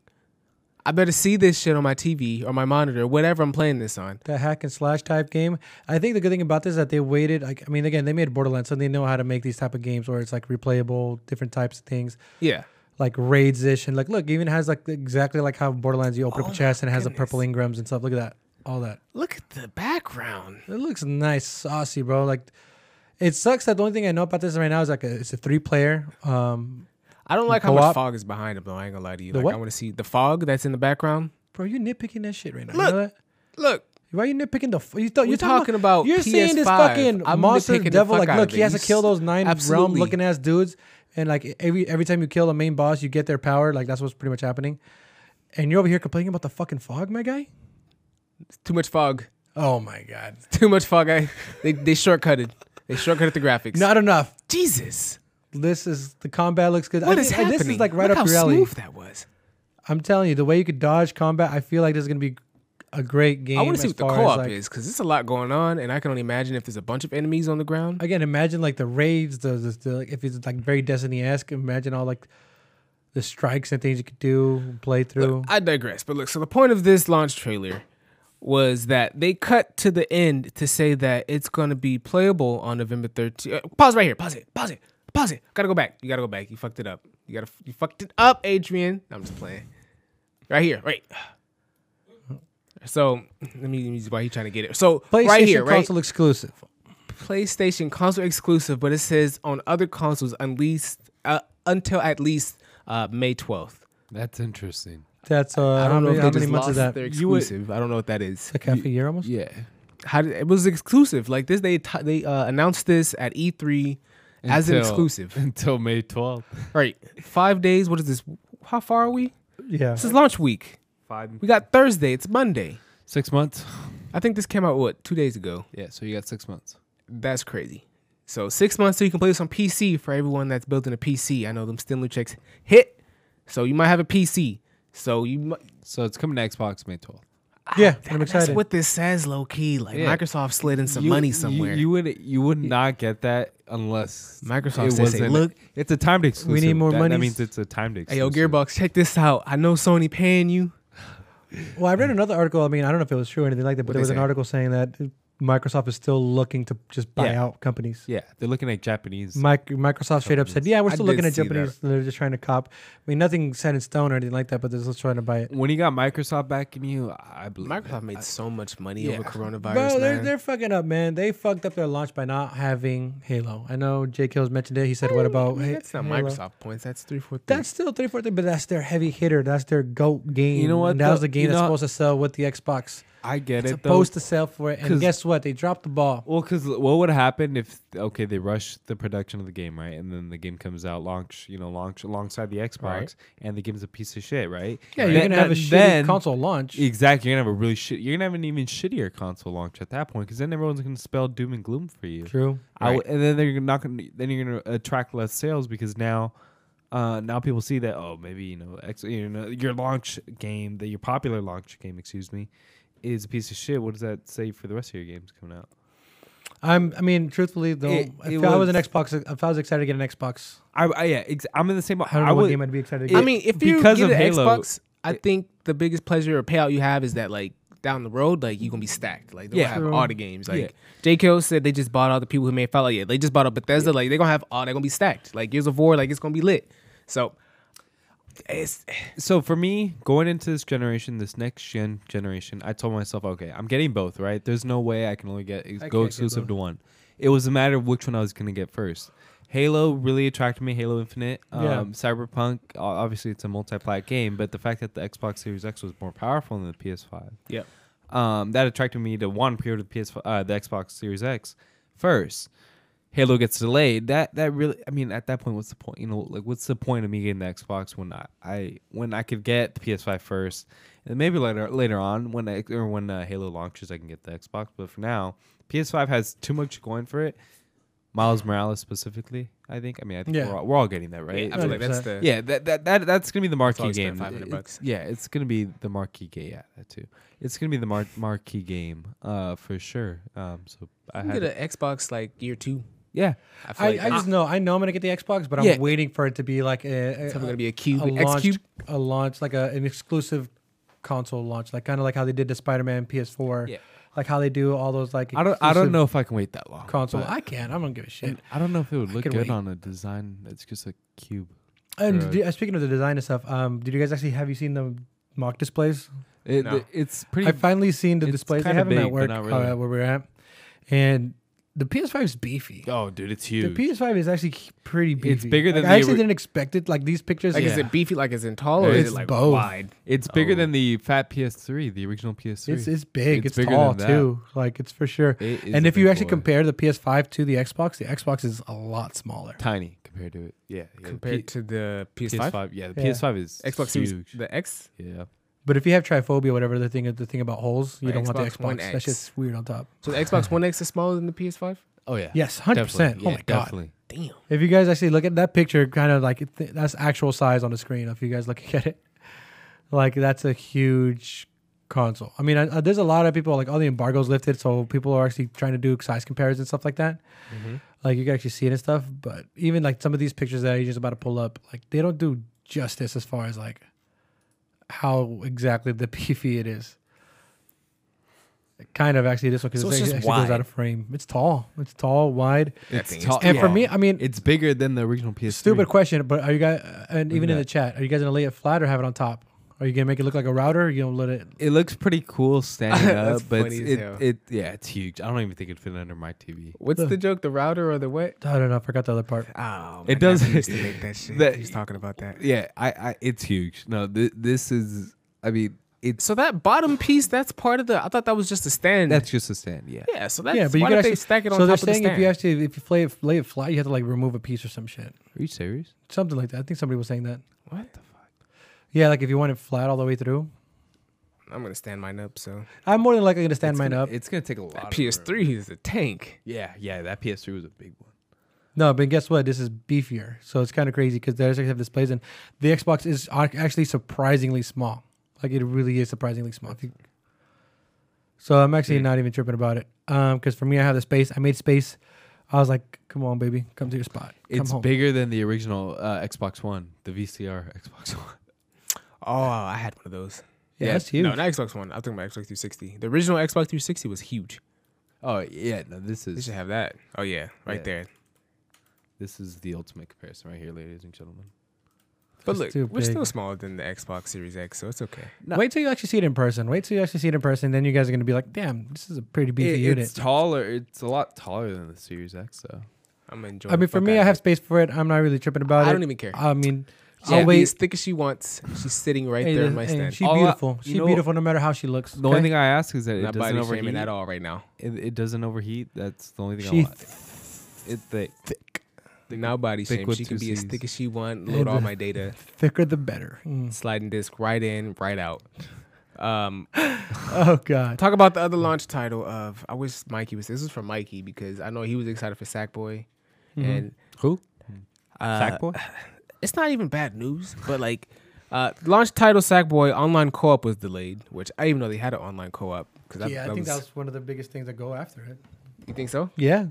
S1: I better see this shit on my TV or my monitor, whatever I'm playing this on.
S2: that hack and slash type game. I think the good thing about this is that they waited. Like, I mean, again, they made Borderlands, so they know how to make these type of games where it's like replayable, different types of things,
S1: Yeah.
S2: like raids ish, and like look, even has like exactly like how Borderlands you open up
S1: Oh
S2: a chest
S1: my
S2: and it has the
S1: goodness.
S2: purple ingrams and stuff. Look at that, all that.
S1: Look at the background.
S2: It looks nice, saucy, bro. Like, it sucks that the only thing I know about this right now is like a, it's a three player. Um,
S1: I don't like how
S2: Co-op?
S1: much fog is behind him though. I ain't gonna lie to you.
S2: The
S1: like
S2: what?
S1: I wanna see the fog that's in the background.
S2: bro, you nitpicking that shit right now.
S1: Look.
S2: You know that?
S1: Look,
S2: Why are you nitpicking the? F- you thought
S1: We're
S2: you're
S1: talking about
S2: You're seeing this
S1: PS5.
S2: fucking
S1: I'm
S2: monster
S1: nitpicking the
S2: devil.
S1: fuck
S2: Like,
S1: out of
S2: look,
S1: it.
S2: he has to
S1: You
S2: kill
S1: s-
S2: those nine realm
S1: absolutely.
S2: looking ass dudes, and like every every time you kill the main boss, you get their power. Like that's what's pretty much happening. And you're over here complaining about the fucking fog, my guy.
S1: it's too much fog.
S2: Oh my god,
S1: Too much fog. I, they they shortcutted. They shortcutted the graphics.
S2: not enough.
S1: Jesus.
S2: This is the combat looks good.
S1: What
S2: I
S1: is
S2: think-
S1: happening?
S2: This is like right
S1: Look
S2: up
S1: how
S2: your alley.
S1: smooth that was.
S2: I'm telling you, the way you could dodge combat, I feel like this is gonna be a great game.
S1: I want to see
S2: as
S1: what the
S2: far as,
S1: co-op
S2: like-
S1: is because there's a lot going on, and I can only imagine if there's a bunch of enemies on the ground.
S2: again, imagine like the raids, the, the, the like, if it's like very Destiny esque. Imagine all like the strikes and things you could do, play through.
S1: I digress. But look, so the point of this launch trailer was that they cut to the end to say that it's going to be playable on November 13th. Uh, pause right here. Pause it. Pause it. Pause it. Gotta go back. You gotta go back. You fucked it up. You gotta. You fucked it up, Adrian. I'm just playing. Right here. Right. So let me. Let me why you trying to get it? So
S2: PlayStation
S1: right here. Right.
S2: console exclusive.
S1: PlayStation console exclusive, but it says on other consoles unleashed uh, until at least uh, May 12th.
S3: That's interesting.
S2: That's uh,
S1: I
S2: how
S1: don't know
S2: many,
S1: if
S2: how
S1: they just
S2: many months
S1: lost
S2: is that?
S1: their
S3: You would-
S1: exclusive. I don't know what that is.
S2: Like half a year almost.
S3: Yeah.
S1: How did, it was exclusive. Like this, they t- they uh, announced this at E3 as an
S3: Until-
S1: exclusive.
S3: Until May 12th.
S1: right, five days. What is this? How far are we?
S2: Yeah.
S1: This is launch week.
S3: Five.
S1: We got Thursday. It's Monday.
S3: Six months.
S1: I think this came out what two days ago.
S3: Yeah. So you got six months.
S1: That's crazy. So six months so you can play this on PC for everyone that's building a PC. I know them stimulus checks hit, so you might have a PC. So you, mi-
S3: So it's coming to Xbox May 12th.
S2: Yeah,
S1: Ah,
S2: I'm
S1: That's
S2: excited.
S1: what this says, low key. Like
S3: Yeah.
S1: Microsoft slid in some
S3: You-
S1: money
S3: you-
S1: somewhere.
S3: You, would you would not get that unless
S1: Microsoft says,
S3: it
S1: hey,
S3: wasn't-
S1: look-
S3: it's a timed exclusive.
S2: more
S3: that,
S2: monies.
S3: That means it's a timed
S1: hey,
S3: exclusive.
S1: yo, Gearbox, check this out. I know Sony paying you.
S2: Well, I read another article. I mean, I don't know if it was true or anything like that, but
S1: What'd
S2: there
S1: they
S2: was an
S1: say?
S2: article saying that Microsoft is still looking to just buy
S3: Yeah.
S2: out companies.
S3: Yeah, they're looking at Japanese.
S2: Mic- Microsoft straight up said, "Yeah, we're
S1: I
S2: still
S1: did
S2: looking at
S1: see that.
S2: Japanese. They're just trying to cop. I mean, nothing set in stone or anything like that, but they're still trying to buy it."
S3: when you got Microsoft backing you, I believe it.
S1: Microsoft made so much money
S3: Yeah.
S1: over coronavirus.
S2: Bro, they're,
S1: man.
S2: they're fucking up, man. They fucked up their launch by not having Halo. I know Jake Hill's mentioned it. He said, "What about Ha-
S1: that's not
S2: Halo?"
S1: Microsoft points. That's three, four, three.
S2: That's still three four three, but that's their heavy hitter. That's their goat game.
S3: You know what,
S2: And that was
S3: though?
S2: the game
S3: You
S2: that's
S3: know-
S2: supposed to sell with the Xbox.
S3: I get it though.
S2: Supposed to sell for it,
S3: 'Cause-
S2: and guess what? They dropped the ball.
S3: Well, because what would happen if okay they rush the production of the game right, and then the game comes out launch you know launch alongside the Xbox,
S1: Right.
S3: and the game's a piece of shit, right?
S2: Yeah, you're
S3: Then-
S2: gonna have a shitty
S3: then-
S2: console launch.
S3: Exactly, you're gonna have a really shit. You're gonna have an even shittier console launch at that point, because then everyone's gonna spell doom and gloom for you.
S2: True.
S3: I w- and then they're not gonna. Then you're gonna attract less sales because now, uh, now people see that oh maybe you know ex- you know your launch game that your popular launch game excuse me, is a piece of shit. What does that say for the rest of your games coming out?
S2: I'm. I mean, truthfully, though,
S3: It-
S2: if
S3: it
S2: I was an
S3: was-
S2: Xbox, if I was excited to get an Xbox,
S3: I, I yeah, ex- I'm in the same.
S2: I don't know
S3: I
S2: what
S3: would-
S2: game I'd be excited to
S3: it-
S2: get.
S1: I mean, if you
S3: because
S1: get
S3: of
S1: an
S3: Halo,
S1: Xbox, I think the biggest pleasure or payout you have is that like down the road, like you're gonna be stacked. Like they're gonna
S3: Yeah.
S1: have
S2: True.
S1: all the games. Like
S3: Yeah.
S1: J. K. O. said they just bought all the people who made Fallout. Yeah, they just bought up Bethesda. Like they're gonna have all they're gonna be stacked. Like Gears of War, like it's gonna be lit. So it's
S3: so for me, going into this generation, this next gen generation, I told myself, okay, I'm getting both. Right? There's no way I can only get ex-
S2: I can't
S3: go
S2: get
S3: exclusive
S2: both.
S3: to one. It was a matter of which one I was gonna get first. Halo really attracted me. Halo Infinite, um,
S2: Yeah.
S3: Cyberpunk. o- Obviously, it's a multi-plat game, but the fact that the Xbox Series X was more powerful than the PS5,
S1: yep.
S3: um, that attracted me to one period of PS uh, the Xbox Series X first. Halo gets delayed. That that really, I mean, at that point, what's the point? You know, like, what's the point of me getting the Xbox when I, I when I could get the PS5 first, and maybe later later on when I, or when uh, Halo launches, I can get the Xbox. But for now, PS5 has too much going for it. Miles Morales specifically, I think. I mean, I think
S2: Yeah.
S3: we're, all, we're all getting that, right?
S1: I feel like that's
S2: 100%.
S1: the
S3: yeah, that, that that that's gonna be the marquee
S1: always been
S3: game.
S1: 500
S3: It's-
S1: bucks.
S3: Yeah, it's gonna be the marquee game. Yeah, that too. It's gonna be the mar- marquee game, uh, for sure. Um, so I
S1: You
S3: had,
S1: get an Xbox like year two.
S3: yeah,
S1: I feel
S2: I,
S1: like
S2: I just know I know I'm gonna get the Xbox, but
S3: Yeah.
S2: I'm waiting for it to be like a,
S1: it's
S2: a,
S1: probably gonna
S2: a,
S1: be a cube.
S2: a
S1: X
S2: launch,
S1: cube.
S2: a launch like a, an exclusive console launch, like kind of like how they did the Spider-Man PS4,
S3: Yeah.
S2: like how they do all those like
S3: I don't I don't
S2: exclusive
S3: know if I can wait that long.
S2: console.
S3: but-
S2: I can't. I don't give a shit.
S3: and I don't know if it would look
S2: can
S3: good
S2: wait.
S3: on a design that's just a cube.
S2: And
S3: Right.
S2: d- uh, speaking of the design and stuff, um, did you guys actually have you seen the mock displays?
S3: It,
S1: No.
S3: it's pretty.
S2: I finally seen the
S3: it's
S2: displays they
S3: kinda
S2: have them
S3: big,
S2: at
S3: but
S2: work
S3: not
S2: uh,
S3: really.
S2: where we're at, and the PS5 is beefy.
S3: oh, dude, it's
S2: The
S3: huge.
S2: PS5 is actually pretty beefy.
S3: It's bigger
S2: Like,
S3: than
S2: I
S3: the
S2: actually
S3: ori-
S2: didn't expect it. Like these pictures,
S1: Like
S2: yeah.
S1: is it beefy? Like is it tall or is
S2: It's
S1: it like
S2: both.
S1: wide?
S3: it's bigger than the fat PS3, the original PS3.
S2: It's it's big. It's,
S3: It's bigger
S2: tall
S3: than that.
S2: too. Like it's for sure.
S3: It is
S2: and
S3: a
S2: if you
S3: big
S2: actually
S3: boy.
S2: compare the PS5 to the Xbox, the Xbox is a lot smaller.
S3: tiny compared to it. Yeah, yeah, the
S1: compared
S3: P-
S1: to the PS5,
S3: PS5. Yeah, the
S2: Yeah.
S3: PS5 is
S1: Xbox
S3: huge.
S1: Series, the X.
S3: Yeah.
S2: But if you have triphobia, whatever the thing the thing about holes, you
S1: Like
S2: don't
S1: Xbox
S2: want the
S1: One
S2: Xbox. That
S1: X.
S2: shit's weird on top.
S1: So the Xbox One X is smaller than the PS5.
S3: Oh yeah.
S2: Yes, hundred percent.
S3: Definitely.
S2: Oh
S3: Yeah,
S2: my god.
S3: Definitely.
S1: Damn.
S2: If you guys actually look at that picture, kind of like it- th- that's actual size on the screen. If you guys look at it, like that's a huge console. I mean, I, I- there's a lot of people like all the embargoes lifted, so people are actually trying to do size comparisons and stuff like that.
S1: Mm-hmm.
S2: Like you can actually see it and stuff. But even like some of these pictures that I just about to pull up, like they don't do justice as far as like how exactly the beefy it is. Kind of actually this one because
S1: So
S2: it
S1: it's
S2: actually,
S1: just
S2: goes
S1: wide. Uh,
S2: out of frame. It's tall. It's tall, wide.
S1: That thing is
S3: tall-
S2: And for
S3: yeah.
S2: me, I mean,
S3: It's bigger than the original PS3.
S2: Stupid question, but are you guys and even in
S3: that.
S2: the chat, are you guys gonna lay it flat or have it on top? Are you gonna make it look like a router? Or you gonna let it?
S3: It looks pretty cool standing
S1: That's
S3: up, but it's,
S1: funny as
S3: it,
S1: hell.
S3: it yeah, it's huge. I don't even think it'd fit under my TV.
S1: What's the joke? The router or the what?
S2: I don't know. I forgot the other part.
S1: Oh,
S3: It does-
S1: Used to make that shit.
S3: that-
S1: He's talking about that.
S3: Yeah, I, I it's huge. No, th- this is. I mean, it's
S1: So that bottom piece, that's part of the. I thought that was just a stand.
S3: that's just a stand. Yeah,
S1: yeah. So that's
S2: yeah, but you
S1: why
S2: could
S1: did they
S2: actually
S1: stack it on top
S2: so they're
S1: of the
S2: saying
S1: stand.
S2: if you actually if you play it, lay it flat, you have to like remove a piece or some shit,
S3: Are you serious?
S2: something like that. I think somebody was saying that.
S1: what?
S2: Yeah, like if you want it flat all the way through,
S1: I'm gonna stand mine up. So
S2: I'm more than likely gonna stand
S3: It's
S2: mine
S3: gonna-
S2: up.
S3: It's gonna take a lot.
S1: that
S3: of room.
S1: PS3 is a tank.
S3: Yeah, yeah, that PS3 was a big one.
S2: No, but guess what? This is beefier, so it's kind of crazy because they actually have displays, and the Xbox is ar- actually surprisingly small. Like it really is surprisingly small. If you- So I'm actually not even tripping about it, because for me, I have the space. I made space. I was like, "Come on, baby, come to your spot. Come
S3: It's
S2: home."
S3: bigger than the original uh, Xbox One, the VCR Xbox One.
S1: Oh, I had one of those.
S2: Yeah,
S3: yeah.
S2: that's huge.
S1: No, not Xbox One. I think my Xbox 360. The original Xbox 360 was huge.
S3: Oh yeah, no, this
S1: They
S3: is
S1: should have that. Oh yeah, right
S3: Yeah.
S1: there.
S3: this is the ultimate comparison right here, ladies and gentlemen.
S1: But
S2: That's too
S1: look, we're
S2: big.
S1: still smaller than the Xbox Series X, so it's okay.
S3: No.
S2: Wait till you actually see it in person. Wait till you actually see it in person. Then you guys are gonna be like, "Damn, this is a pretty beefy
S3: It-
S2: unit."
S3: It's taller. It's a lot taller than the Series X, though.
S1: I'm enjoying.
S2: I
S1: the
S2: mean, for
S1: fuck
S2: me,
S1: out
S2: I
S1: of
S2: have
S1: it.
S2: space for it. I'm not really tripping about it.
S1: I don't even care.
S2: I mean,
S1: She
S2: I'll
S1: can be as
S2: wait.
S1: thick as she wants. She's sitting right
S2: Hey,
S1: there in
S2: the-
S1: my
S2: hey,
S1: stand.
S2: She
S3: All I-
S2: beautiful.
S3: you
S2: she
S3: know-
S2: beautiful no matter how she looks.
S3: The only
S2: okay?
S3: thing I ask is that it
S1: Not
S3: doesn't
S1: body shaming
S3: overheat.
S1: at all right now.
S3: It, it doesn't overheat. That's the only thing
S2: She
S3: I want. It's thick. thick.
S1: Now body
S3: thick
S1: shaming.
S3: with
S1: She
S3: two
S1: can be as
S3: Cs.
S1: thick as she want.
S2: Hey,
S1: Load all
S2: the-
S1: my data.
S2: thicker the better. Mm.
S1: Sliding disc right in, right out. Um,
S2: Oh God.
S1: Talk about the other launch title of. I wish Mikey was. This is from Mikey because I know he was excited for Sackboy,
S2: Mm-hmm.
S1: and
S3: Who?
S1: uh,
S3: Sackboy?
S1: It's not even bad news, but like, uh, launch title Sackboy online co-op was delayed, which I didn't even know they had an online co-op. Cause
S2: Yeah, I think that was one of the biggest things that go after it.
S1: You think so?
S2: Yeah,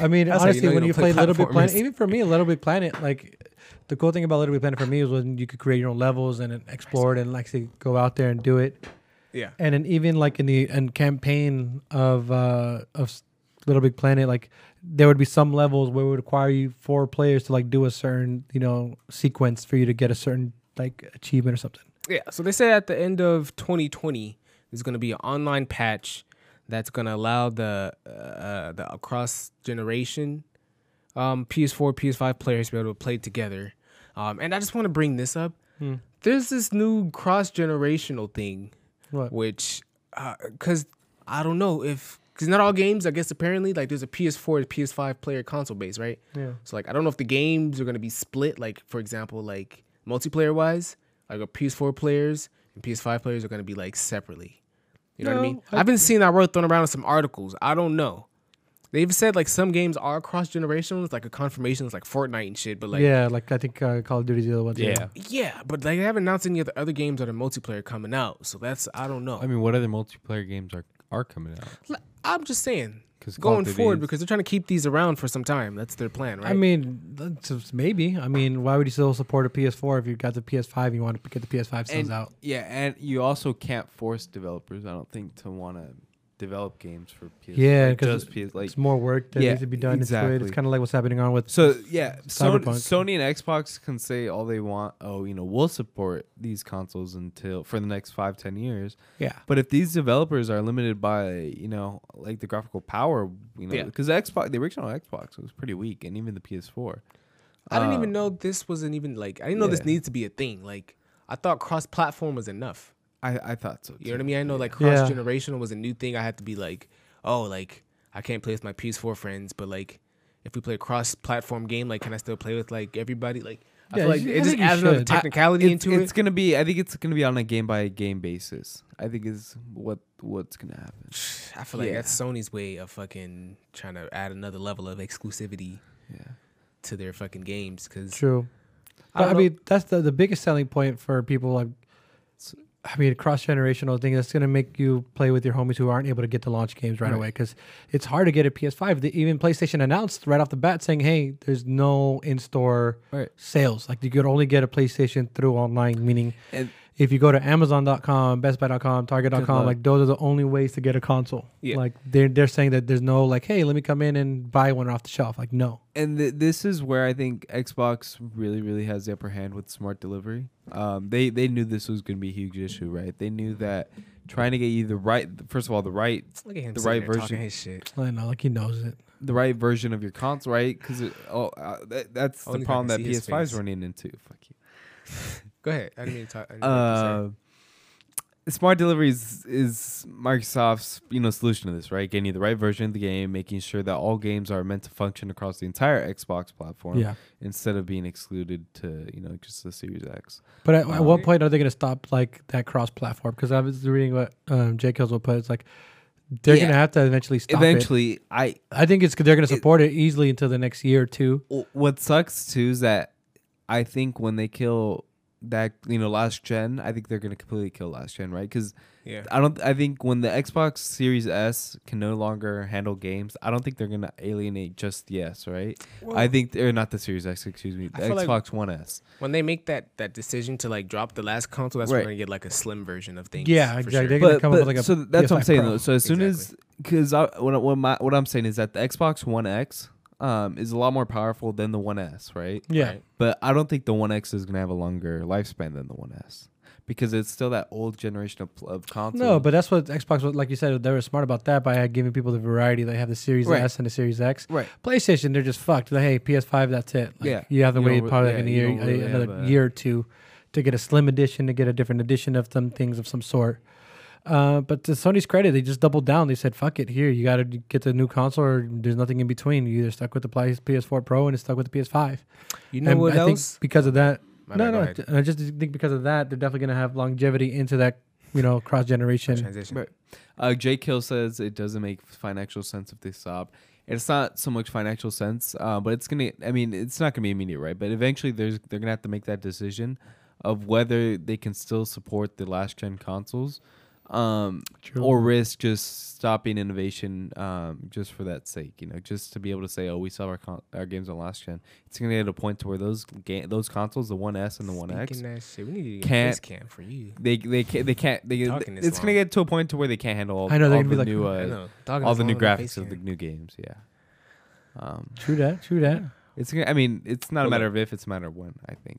S2: I mean,
S1: That's how you know
S2: honestly,
S1: you
S2: when
S1: don't
S2: you
S1: play
S2: play Little Big Planet,
S1: platformers.
S2: even for me, Little Big Planet, like the cool thing about Little Big Planet for me is when you could create your own levels and then explore it and actually go out there and do it.
S1: Yeah.
S2: And then even like in the and campaign of uh of s- Little Big Planet, like there would be some levels where it would require you four players to like do a certain you know sequence for you to get a certain like achievement or something.
S1: Yeah. So they say at the end of 2020, there's going to be an online patch that's going to allow the uh, the across generation um, PS4, PS5 players to be able to play together. Um, and I just want to bring this up.
S2: Hmm.
S1: There's this new cross generational thing,
S2: What?
S1: which because I don't know if because not all games. I guess apparently like there's a PS4 to PS5 player console base, right?
S2: Yeah.
S1: So like I don't know if the games are gonna be split. Like for example, like multiplayer wise, like a PS4 players and PS5 players are gonna be like separately. You know what I mean?
S2: No, I-
S1: I've been seeing that word thrown around in some articles. I don't know. They've said like some games are cross generational. It's like a confirmation. It's like Fortnite and shit. But like
S2: yeah, like I think uh, Call of Duty's the other one. too.
S3: Yeah.
S1: yeah, but like, they haven't announced any of the other games that are multiplayer coming out. So that's I don't know.
S3: I mean, what other multiplayer games are are coming out?
S1: L- I'm just saying.
S3: 'Cause Call of
S1: Going
S3: Duty
S1: forward,
S3: is-
S1: because they're trying to keep these around for some time. That's their plan, right?
S2: I mean, that's just maybe. I mean, why would you still support a PS4 if you got the PS5 and you want to get the PS5 sales out?
S3: yeah, and you also can't force developers. I don't think to want to develop games for PS.
S2: Yeah,
S3: like,
S2: 'cause
S3: just PS. Like
S2: it's more work that
S3: Yeah,
S2: needs to be done. It's, weird.
S3: exactly.
S2: it's kind of like what's happening on with.
S3: So yeah, Sony,
S2: Cyberpunk.
S3: Sony and Xbox can say all they want. Oh, you know, we'll support these consoles until for the next five, ten years.
S2: yeah,
S3: But if these developers are limited by you know like the graphical power, you know,
S1: Yeah.
S3: because Xbox, the original Xbox was pretty weak, and even the PS4.
S1: I didn't even
S3: uh,
S1: know this wasn't even like I didn't know this
S3: yeah.
S1: needs to be a thing. Like I thought cross platform was enough.
S3: I, I thought so. Too.
S1: You know what I mean? I know like
S2: Yeah.
S1: cross generational was a new thing. I had to be like, oh, like I can't play with my PS4 friends, but like if we play a cross platform game, like can I still play with like everybody? Like I
S2: Yeah,
S1: feel like
S2: you- I
S1: it just
S2: think you
S1: adds another
S2: should.
S3: I-
S1: technicality
S3: it's,
S1: into
S3: it's
S1: it.
S3: gonna be. I think it's gonna be on a game by game basis. I think is what what's gonna happen.
S1: I feel like
S3: yeah.
S1: that's Sony's way of fucking trying to add another level of exclusivity
S3: Yeah.
S1: to their fucking games. Because
S2: true.
S1: I
S2: But I,
S1: don't know.
S2: mean, that's the, the biggest selling point for people. Like, I mean, cross generational thing that's going to make you play with your homies who aren't able to get to launch games right, away 'cause away because it's hard to get a PS5. They, even PlayStation announced right off the bat saying, "Hey, there's no in store
S3: Right.
S2: sales. Like, you could only get a PlayStation through online, meaning
S3: And
S2: If you go to Amazon.com, BestBuy.com,
S3: Good
S2: Target.com,
S3: luck.
S2: like those are the only ways to get a console.
S1: Yeah.
S2: Like they're they're saying that there's no like, hey, let me come in and buy one off the shelf. Like no,
S3: and th- this is where I think Xbox really, really has the upper hand with smart delivery. Um, they they knew this was going to be a huge issue, right? They knew that trying to get you the right, first of all, the right
S1: Look at him
S3: The
S1: sitting
S3: right
S1: there talking
S3: version.
S1: His shit.
S2: I know, like he knows it.
S3: the right version of your console, right? Because oh, uh, that, that's
S1: Only
S3: the
S1: if I
S3: problem
S1: can
S3: that
S1: see his
S3: PS5 is
S1: face.
S3: running into. Fuck you.
S1: Go ahead. I didn't mean to talk. I didn't mean to
S3: Uh, smart delivery is, is Microsoft's you know solution to this, right? Getting you the right version of the game, making sure that all games are meant to function across the entire Xbox platform,
S2: Yeah.
S3: instead of being excluded to you know just the Series X.
S2: But at, at
S3: Wow.
S2: what point are they going to stop like that cross platform? Because I was reading what um, Jake Hills will put. It's like they're going
S3: Yeah.
S2: to have to eventually stop it.
S3: Eventually, I
S2: I think it's they're going to support it, easily until the next year or two.
S3: w- what sucks too is that I think when they kill that you know last gen, I think they're gonna completely kill last gen, right? Because
S1: say. Yeah.
S3: I don't. I think when the Xbox Series S can no longer handle games, I don't think they're gonna alienate just the S, right? I think they're not the Series X. Excuse me, the
S1: I feel
S3: Xbox
S1: like-
S3: One S.
S1: When they make that that decision to like drop the last console, that's
S3: Right.
S1: when we're gonna get like a slim version of things.
S2: Yeah,
S1: for
S2: exactly.
S1: sure.
S2: They're gonna come up with like a
S3: so that's what I'm
S2: PS5
S3: saying
S2: Pro.
S3: though. So as soon as because I what, I- what my what I'm saying is that the Xbox One X um is a lot more powerful than the One S, right?
S2: Yeah,
S1: Right.
S3: But I don't think the One X is gonna have a longer lifespan than the One S because it's still that old generation of, of console.
S2: no, but that's what Xbox was like. You said they were smart about that by giving people the variety. They have the Series
S3: Right.
S2: S and the Series X.
S3: right.
S2: PlayStation, they're just fucked. Like, hey, PS5, that's it. Like,
S3: Yeah.
S2: you have to
S3: You don't
S2: wait
S3: re-
S2: probably
S3: yeah,
S2: like a
S3: you
S2: year,
S3: don't really have
S2: another
S3: a-
S2: year or two, to get a slim edition, to get a different edition of some things of some sort. Uh, but to Sony's credit, they just doubled down. They said, "Fuck it, here you got to get the new console, or there's nothing in between. You either stuck with the Play- PS4 Pro and it's stuck with the PS5."
S1: You know
S2: And
S1: what
S2: I
S1: else?
S2: Think because of that,
S1: My
S2: no,
S1: bad, go
S2: no,
S1: ahead.
S2: I just think because of that, they're definitely gonna have longevity into that, you know, cross generation.
S1: Transition.
S3: Right. Uh, Jake Hill says it doesn't make financial sense if they stop. It's not so much financial sense, uh, but it's gonna. I mean, it's not gonna be immediate, right? But eventually, there's they're gonna have to make that decision of whether they can still support the last gen consoles, um,
S2: True.
S3: or risk just stopping innovation um, just for that sake. You know, just to be able to say, oh, we sell our con- our games on last gen. It's gonna get to a point to where those ga- those consoles, the One S and the One X,
S1: Speaking that shit, we need to get
S3: Can't-
S1: a face cam for you.
S3: they they can't they can't they,
S1: Talking this
S3: it's gonna
S1: long.
S3: get to a point to where they can't handle all,
S2: I know, they're
S3: all
S2: gonna
S3: the
S2: be like,
S3: new
S1: I
S3: uh,
S1: know. Dog
S3: all
S1: is
S3: the new
S1: long on face
S3: graphics of the
S1: cam.
S3: new games yeah um
S2: True that. True that.
S3: it's gonna i mean it's not a
S1: Well,
S3: matter of if it's a matter of when i think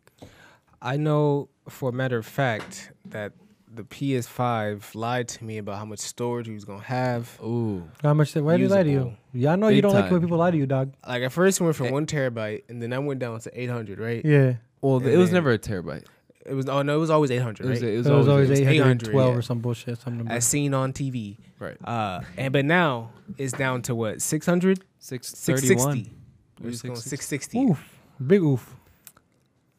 S1: I know for a matter of fact that the PS5 lied to me about how much storage he was gonna have.
S3: ooh
S2: How much? They, why do they lie to you?
S1: Usable.
S2: Yeah, I know you
S3: Big
S2: don't like when
S3: time.
S2: people lie to you, dog.
S1: Like at first it went from
S3: Eh.
S1: one terabyte, and then I went down to eight hundred. Right?
S2: Yeah,
S3: well
S1: And
S3: it was
S1: then-
S3: never a terabyte
S1: It was oh no, it was always eight
S3: it
S1: hundred.
S3: was,
S1: Right?
S3: it
S2: it
S3: was,
S2: was, always
S1: it was
S2: 812
S1: 800,
S2: or
S1: yeah.
S2: some bullshit. Something
S1: as seen on TV.
S3: right
S1: Uh, and but now it's down to what 600,
S3: 631
S1: 660. We're just going
S3: 660.
S1: 660.
S2: oof, big oof.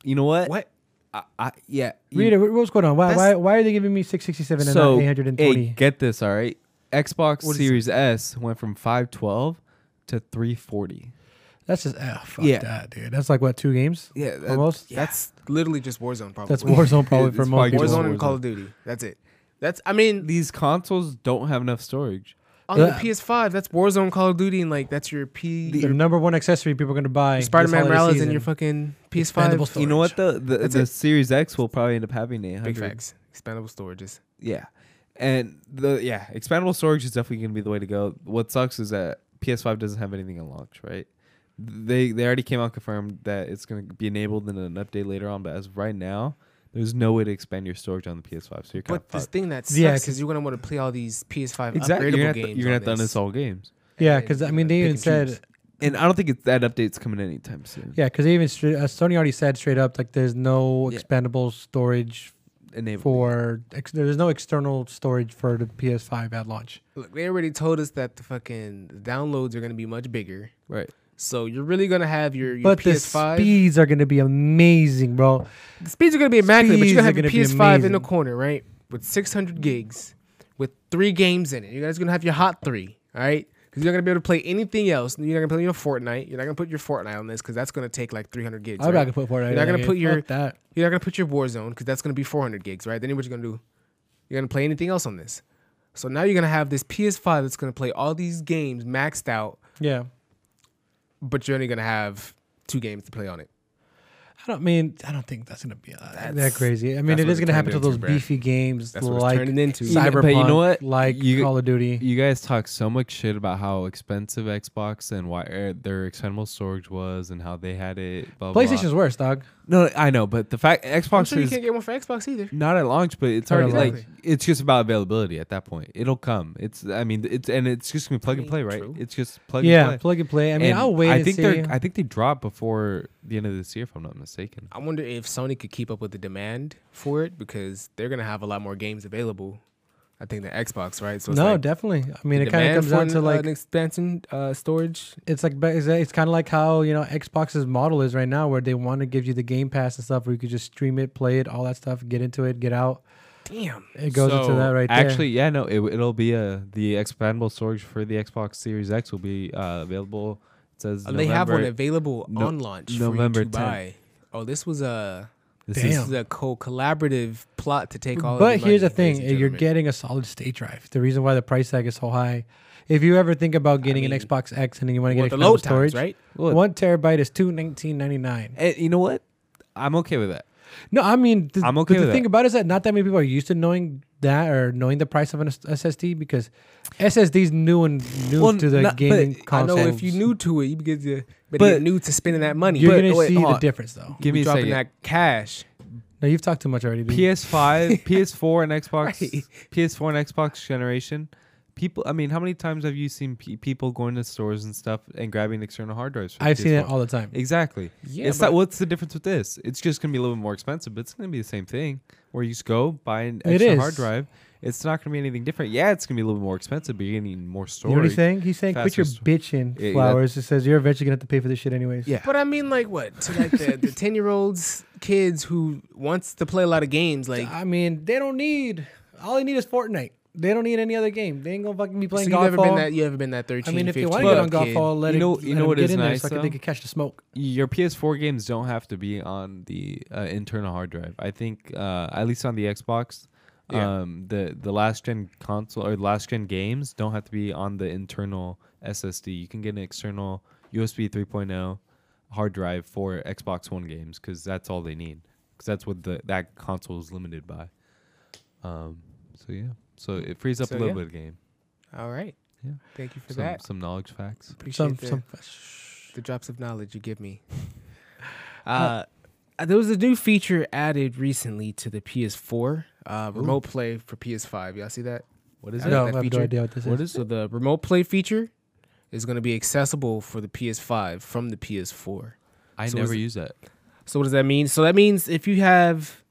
S3: you know what,
S1: What?
S3: I, I yeah you-
S2: Read it. what- What's going on? Why? Why?
S1: That's-
S2: Why are they giving me 667 and
S3: so
S2: not
S3: hey
S2: 820?
S3: get this all right xbox
S1: What is
S3: series s went from 512 to 340
S2: That's just ah, fuck
S3: Yeah.
S2: that, dude. That's like what two games?
S3: yeah that-
S2: Almost.
S1: That's literally just Warzone, probably.
S2: That's Warzone probably
S3: It's
S2: for
S3: probably
S2: most
S3: just
S2: people.
S1: Warzone and Call of Duty. That's it. That's I mean
S3: these consoles don't have enough storage
S1: on the
S2: Uh,
S1: PS5, that's Warzone, Call of Duty, and like that's your P,
S2: The number one accessory people are gonna buy. this
S1: Spider-Man
S2: holiday
S1: Morales,
S2: season.
S1: and your fucking
S2: Expendable
S1: PS5.
S2: storage.
S3: You know what the the,
S1: That's
S3: the
S1: it.
S3: Series X will probably end up having a
S1: Big
S3: hundred.
S1: facts. Expandable storages.
S3: Yeah, and the yeah expandable storage is definitely gonna be the way to go. What sucks is that PS5 doesn't have anything on launch, right? They they already came out confirmed that it's gonna be enabled in an update later on, but as of right now, there's no way to expand your storage on the PS5. So you're kind
S1: But
S3: of
S1: this thing that sucks
S2: Yeah, 'cause-
S1: is you're gonna want to play all these PS5
S3: exactly.
S1: upgradable
S3: You're gonna, have to,
S1: games.
S3: you're gonna have to
S1: on this.
S3: uninstall games,
S2: Yeah,
S1: and
S2: because I
S1: you
S2: mean
S1: gotta pick
S2: they even
S1: and
S2: said
S1: choose.
S3: and I don't think it's, that update's coming anytime soon.
S2: yeah, because they even straight, uh, Sony already said straight up like there's no
S3: Yeah.
S2: expandable storage
S3: Enabled.
S2: for ex- there's no external storage for the PS5 at launch.
S1: Look, they already told us that the fucking downloads are gonna be much bigger.
S3: right.
S1: So you're really gonna have your, your
S2: But the
S1: PS5.
S2: speeds are gonna be amazing, bro.
S1: The speeds are gonna be immaculate, but
S2: Speeds
S1: you're gonna
S2: are
S1: have
S2: gonna
S1: your
S2: be
S1: PS5 in the
S2: amazing.
S1: corner, right? With 600 gigs, with three games in it. You guys are gonna have your hot three, all right? Because you're not gonna be able to play anything else. You're not gonna play your Fortnite. You're not gonna put your Fortnite on this because that's gonna take like 300 gigs.
S2: I'm
S1: right?
S2: not gonna put Fortnite.
S1: You're not
S2: in that
S1: gonna
S2: game.
S1: put your-
S2: Fuck that.
S1: You're not gonna put your Warzone because that's gonna be 400 gigs, right? Then what you gonna do? You're gonna play anything else on this. So now you're gonna have this PS5 that's gonna play all these games maxed out,
S2: Yeah,
S1: but you're only gonna have two games to play on it.
S2: I don't mean I don't think that's gonna be uh, that
S1: That's-
S2: crazy. I mean,
S1: that's
S2: it
S1: what
S2: is
S1: it
S2: gonna happen to
S1: turned
S2: those
S1: into, Brad.
S2: beefy games
S1: That's what it's
S2: like
S1: turning into.
S3: Yeah,
S2: Cyberpunk,
S3: but you know what?
S2: like
S3: You-
S2: Call of Duty.
S3: You guys talk so much shit about how expensive Xbox and why er, their external storage was and how they had it. Blah, blah, blah.
S2: PlayStation's worse, dog.
S3: no, I know, but the fact
S1: I'm
S3: Xbox
S1: sure you
S3: is
S1: can't get one for Xbox either.
S3: not at launch, but it's
S2: Not
S3: already
S2: at launch.
S3: like it's just about availability at that point. It'll come. It's I mean it's and it's just gonna be plug and
S1: mean,
S3: play, right?
S1: true.
S3: It's just plug
S2: yeah,
S3: and play.
S2: plug and play. I mean,
S3: And
S2: I'll wait.
S3: I
S2: and
S3: think
S2: see.
S3: they're I think they drop before the end of this year, if I'm not mistaken.
S1: I wonder if Sony could keep up with the demand for it because they're gonna have a lot more games available. I think the Xbox, right? So it's
S2: no,
S1: like
S2: definitely. I
S1: the
S2: mean, it kind of
S1: demand
S2: comes
S1: for
S2: down
S1: an,
S2: to
S1: uh,
S2: like
S1: an expansion uh, storage.
S2: it's like ba- it's, it's kind of like how you know Xbox's model is right now, where they want to give you the Game Pass and stuff, where you could just stream it, play it, all that stuff, get into it, get out.
S1: Damn,
S2: It goes into
S3: So,
S2: that right there.
S3: Actually, yeah, no, it, it'll be a the expandable storage for the Xbox Series X will be uh, available. It says
S1: Uh, they have one
S3: November-
S1: available
S3: No-
S1: on launch.
S3: November
S1: November for you
S3: 10th.
S1: to buy. Oh, this was a
S3: This
S1: this
S2: Damn.
S1: is a co collaborative plot to take all.
S2: but
S1: of the
S2: here's the
S1: money,
S2: thing:
S1: ladies and
S2: you're
S1: gentlemen.
S2: getting a solid state drive. The reason why the price tag is so high. If you ever think about getting
S1: mean,
S2: an Xbox X and then you want to
S1: Well, the
S2: get external
S1: load
S2: storage,
S1: times, right?
S3: Look,
S2: one terabyte is two nineteen ninety nine.
S3: eh, you know what? I'm okay with that.
S2: No, I mean, th-
S3: I'm
S2: but
S3: okay
S2: The
S3: with
S2: thing
S3: that.
S2: about it is that not that many people are used to knowing that or knowing the price of an S- SSD because SSDs new and new
S3: Well,
S2: to the
S3: not- but
S2: gaming
S3: I
S1: I know
S2: consoles.
S1: if you new to it, you get you but,
S3: But-
S1: get new to spending that money.
S2: you're
S3: But-
S2: gonna
S3: wait,
S2: see
S3: hold
S2: the
S3: on.
S2: difference though.
S3: Give me a
S1: dropping
S3: second.
S1: that cash.
S2: No, you've talked too much already. dude.
S3: PS5, PS4, and Xbox,
S1: Right.
S3: PS4 and Xbox generation. People, I mean, how many times have you seen pe- people going to stores and stuff and grabbing external hard drives? For
S2: I've seen it
S3: PS4?
S2: all the time.
S3: Exactly.
S1: Yeah,
S3: it's not,
S1: but-
S3: what's the difference with this? It's just gonna be a little bit more expensive, but it's gonna be the same thing. Where you just go buy an
S2: It
S3: extra hard
S2: is.
S3: drive. It's not gonna be anything different. Yeah, it's gonna be a little bit more expensive, but you're gonna need more
S2: You
S3: storage.
S2: know what he's saying? He's saying, quit your
S3: Fastest-
S2: bitching,
S3: Yeah, yeah.
S2: flowers. It says you're eventually gonna have to pay for this shit anyways.
S3: Yeah.
S1: But I mean, like what to like the the ten year olds kids who wants to play a lot of games. Like
S2: I mean, they don't need. All they need is Fortnite. They don't need any other game. They ain't gonna fucking be
S1: so
S2: playing
S1: you ever been
S2: Godfall.
S1: that you ever been that
S2: I
S1: thirteen?
S2: mean, if they
S1: 15
S2: want to get on
S1: year old kid?
S2: Godfall, let
S3: You know-
S2: it,
S3: you
S2: let
S3: know
S2: them
S3: what
S2: get
S3: is
S2: in there
S3: nice,
S2: so I can,
S3: though?
S2: they can catch the smoke.
S3: your PS4 games don't have to be on the uh, internal hard drive. I think uh, at least on the Xbox,
S1: Yeah.
S3: um, the the last gen console or last gen games don't have to be on the internal SSD. You can get an external USB 3.0 hard drive for Xbox One games because that's all they need. Because that's what the that console is limited by. Um, so yeah, so it frees up
S1: So,
S3: a little
S1: yeah.
S3: bit of game.
S1: All right.
S3: Yeah.
S1: Thank you for
S3: Some,
S1: that.
S3: some knowledge facts.
S1: Appreciate
S2: Some,
S1: the,
S2: some,
S1: the drops of knowledge you give me. Uh, there was a new feature added recently to the PS4 uh, remote play for PS5. Y'all see that?
S3: What is
S1: I
S3: it?
S1: don't
S2: no, I
S1: that
S2: have
S1: feature?
S2: no idea what this is.
S1: What is so the remote play feature is going to be accessible for the PS5 from the PS4.
S3: I
S1: So is
S3: never
S1: it-
S3: use that.
S1: So what does that mean? So that means if you have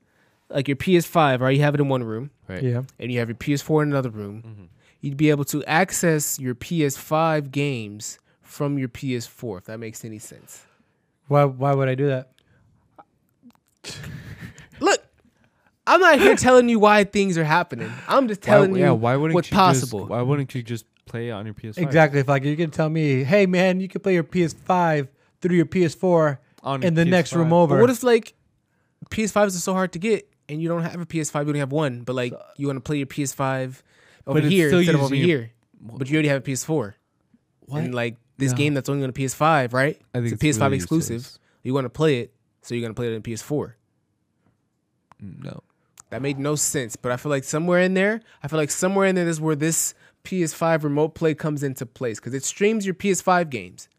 S1: like your PS5, right? You have it in one room,
S3: Right.
S2: Yeah.
S1: and you have your PS4 in another room.
S3: Mm-hmm.
S1: You'd be able to access your PS5 games from your PS4. If that makes any sense.
S2: Why? Why would I do that?
S1: Look, I'm not here telling you why things are happening. I'm just telling
S3: why,
S1: you
S3: yeah, why wouldn't
S1: what's
S3: you
S1: possible.
S3: Just, why wouldn't you just play it on your PS5?
S2: Exactly. If like you can tell me, hey man, you can play your PS5 through your PS4
S3: On
S2: in the next
S3: PS5.
S2: room
S1: but
S2: over.
S1: what if like PS5s are so hard to get and you don't have a PS5, you only have one, but like you want to play your PS5 over
S3: But it's
S1: here
S3: still
S1: instead of over
S3: using your-
S1: here, but you already have a PS4.
S3: What?
S1: And like this
S3: No.
S1: game that's only on a PS5, right?
S3: I think
S1: it's a
S3: it's
S1: PS5
S3: really
S1: exclusive.
S3: useless.
S1: You want to play it, so you're gonna play it on PS4.
S3: No.
S1: That made no sense, but I feel like somewhere in there, I feel like somewhere in there is where this PS5 remote play comes into place because it streams your PS5 games.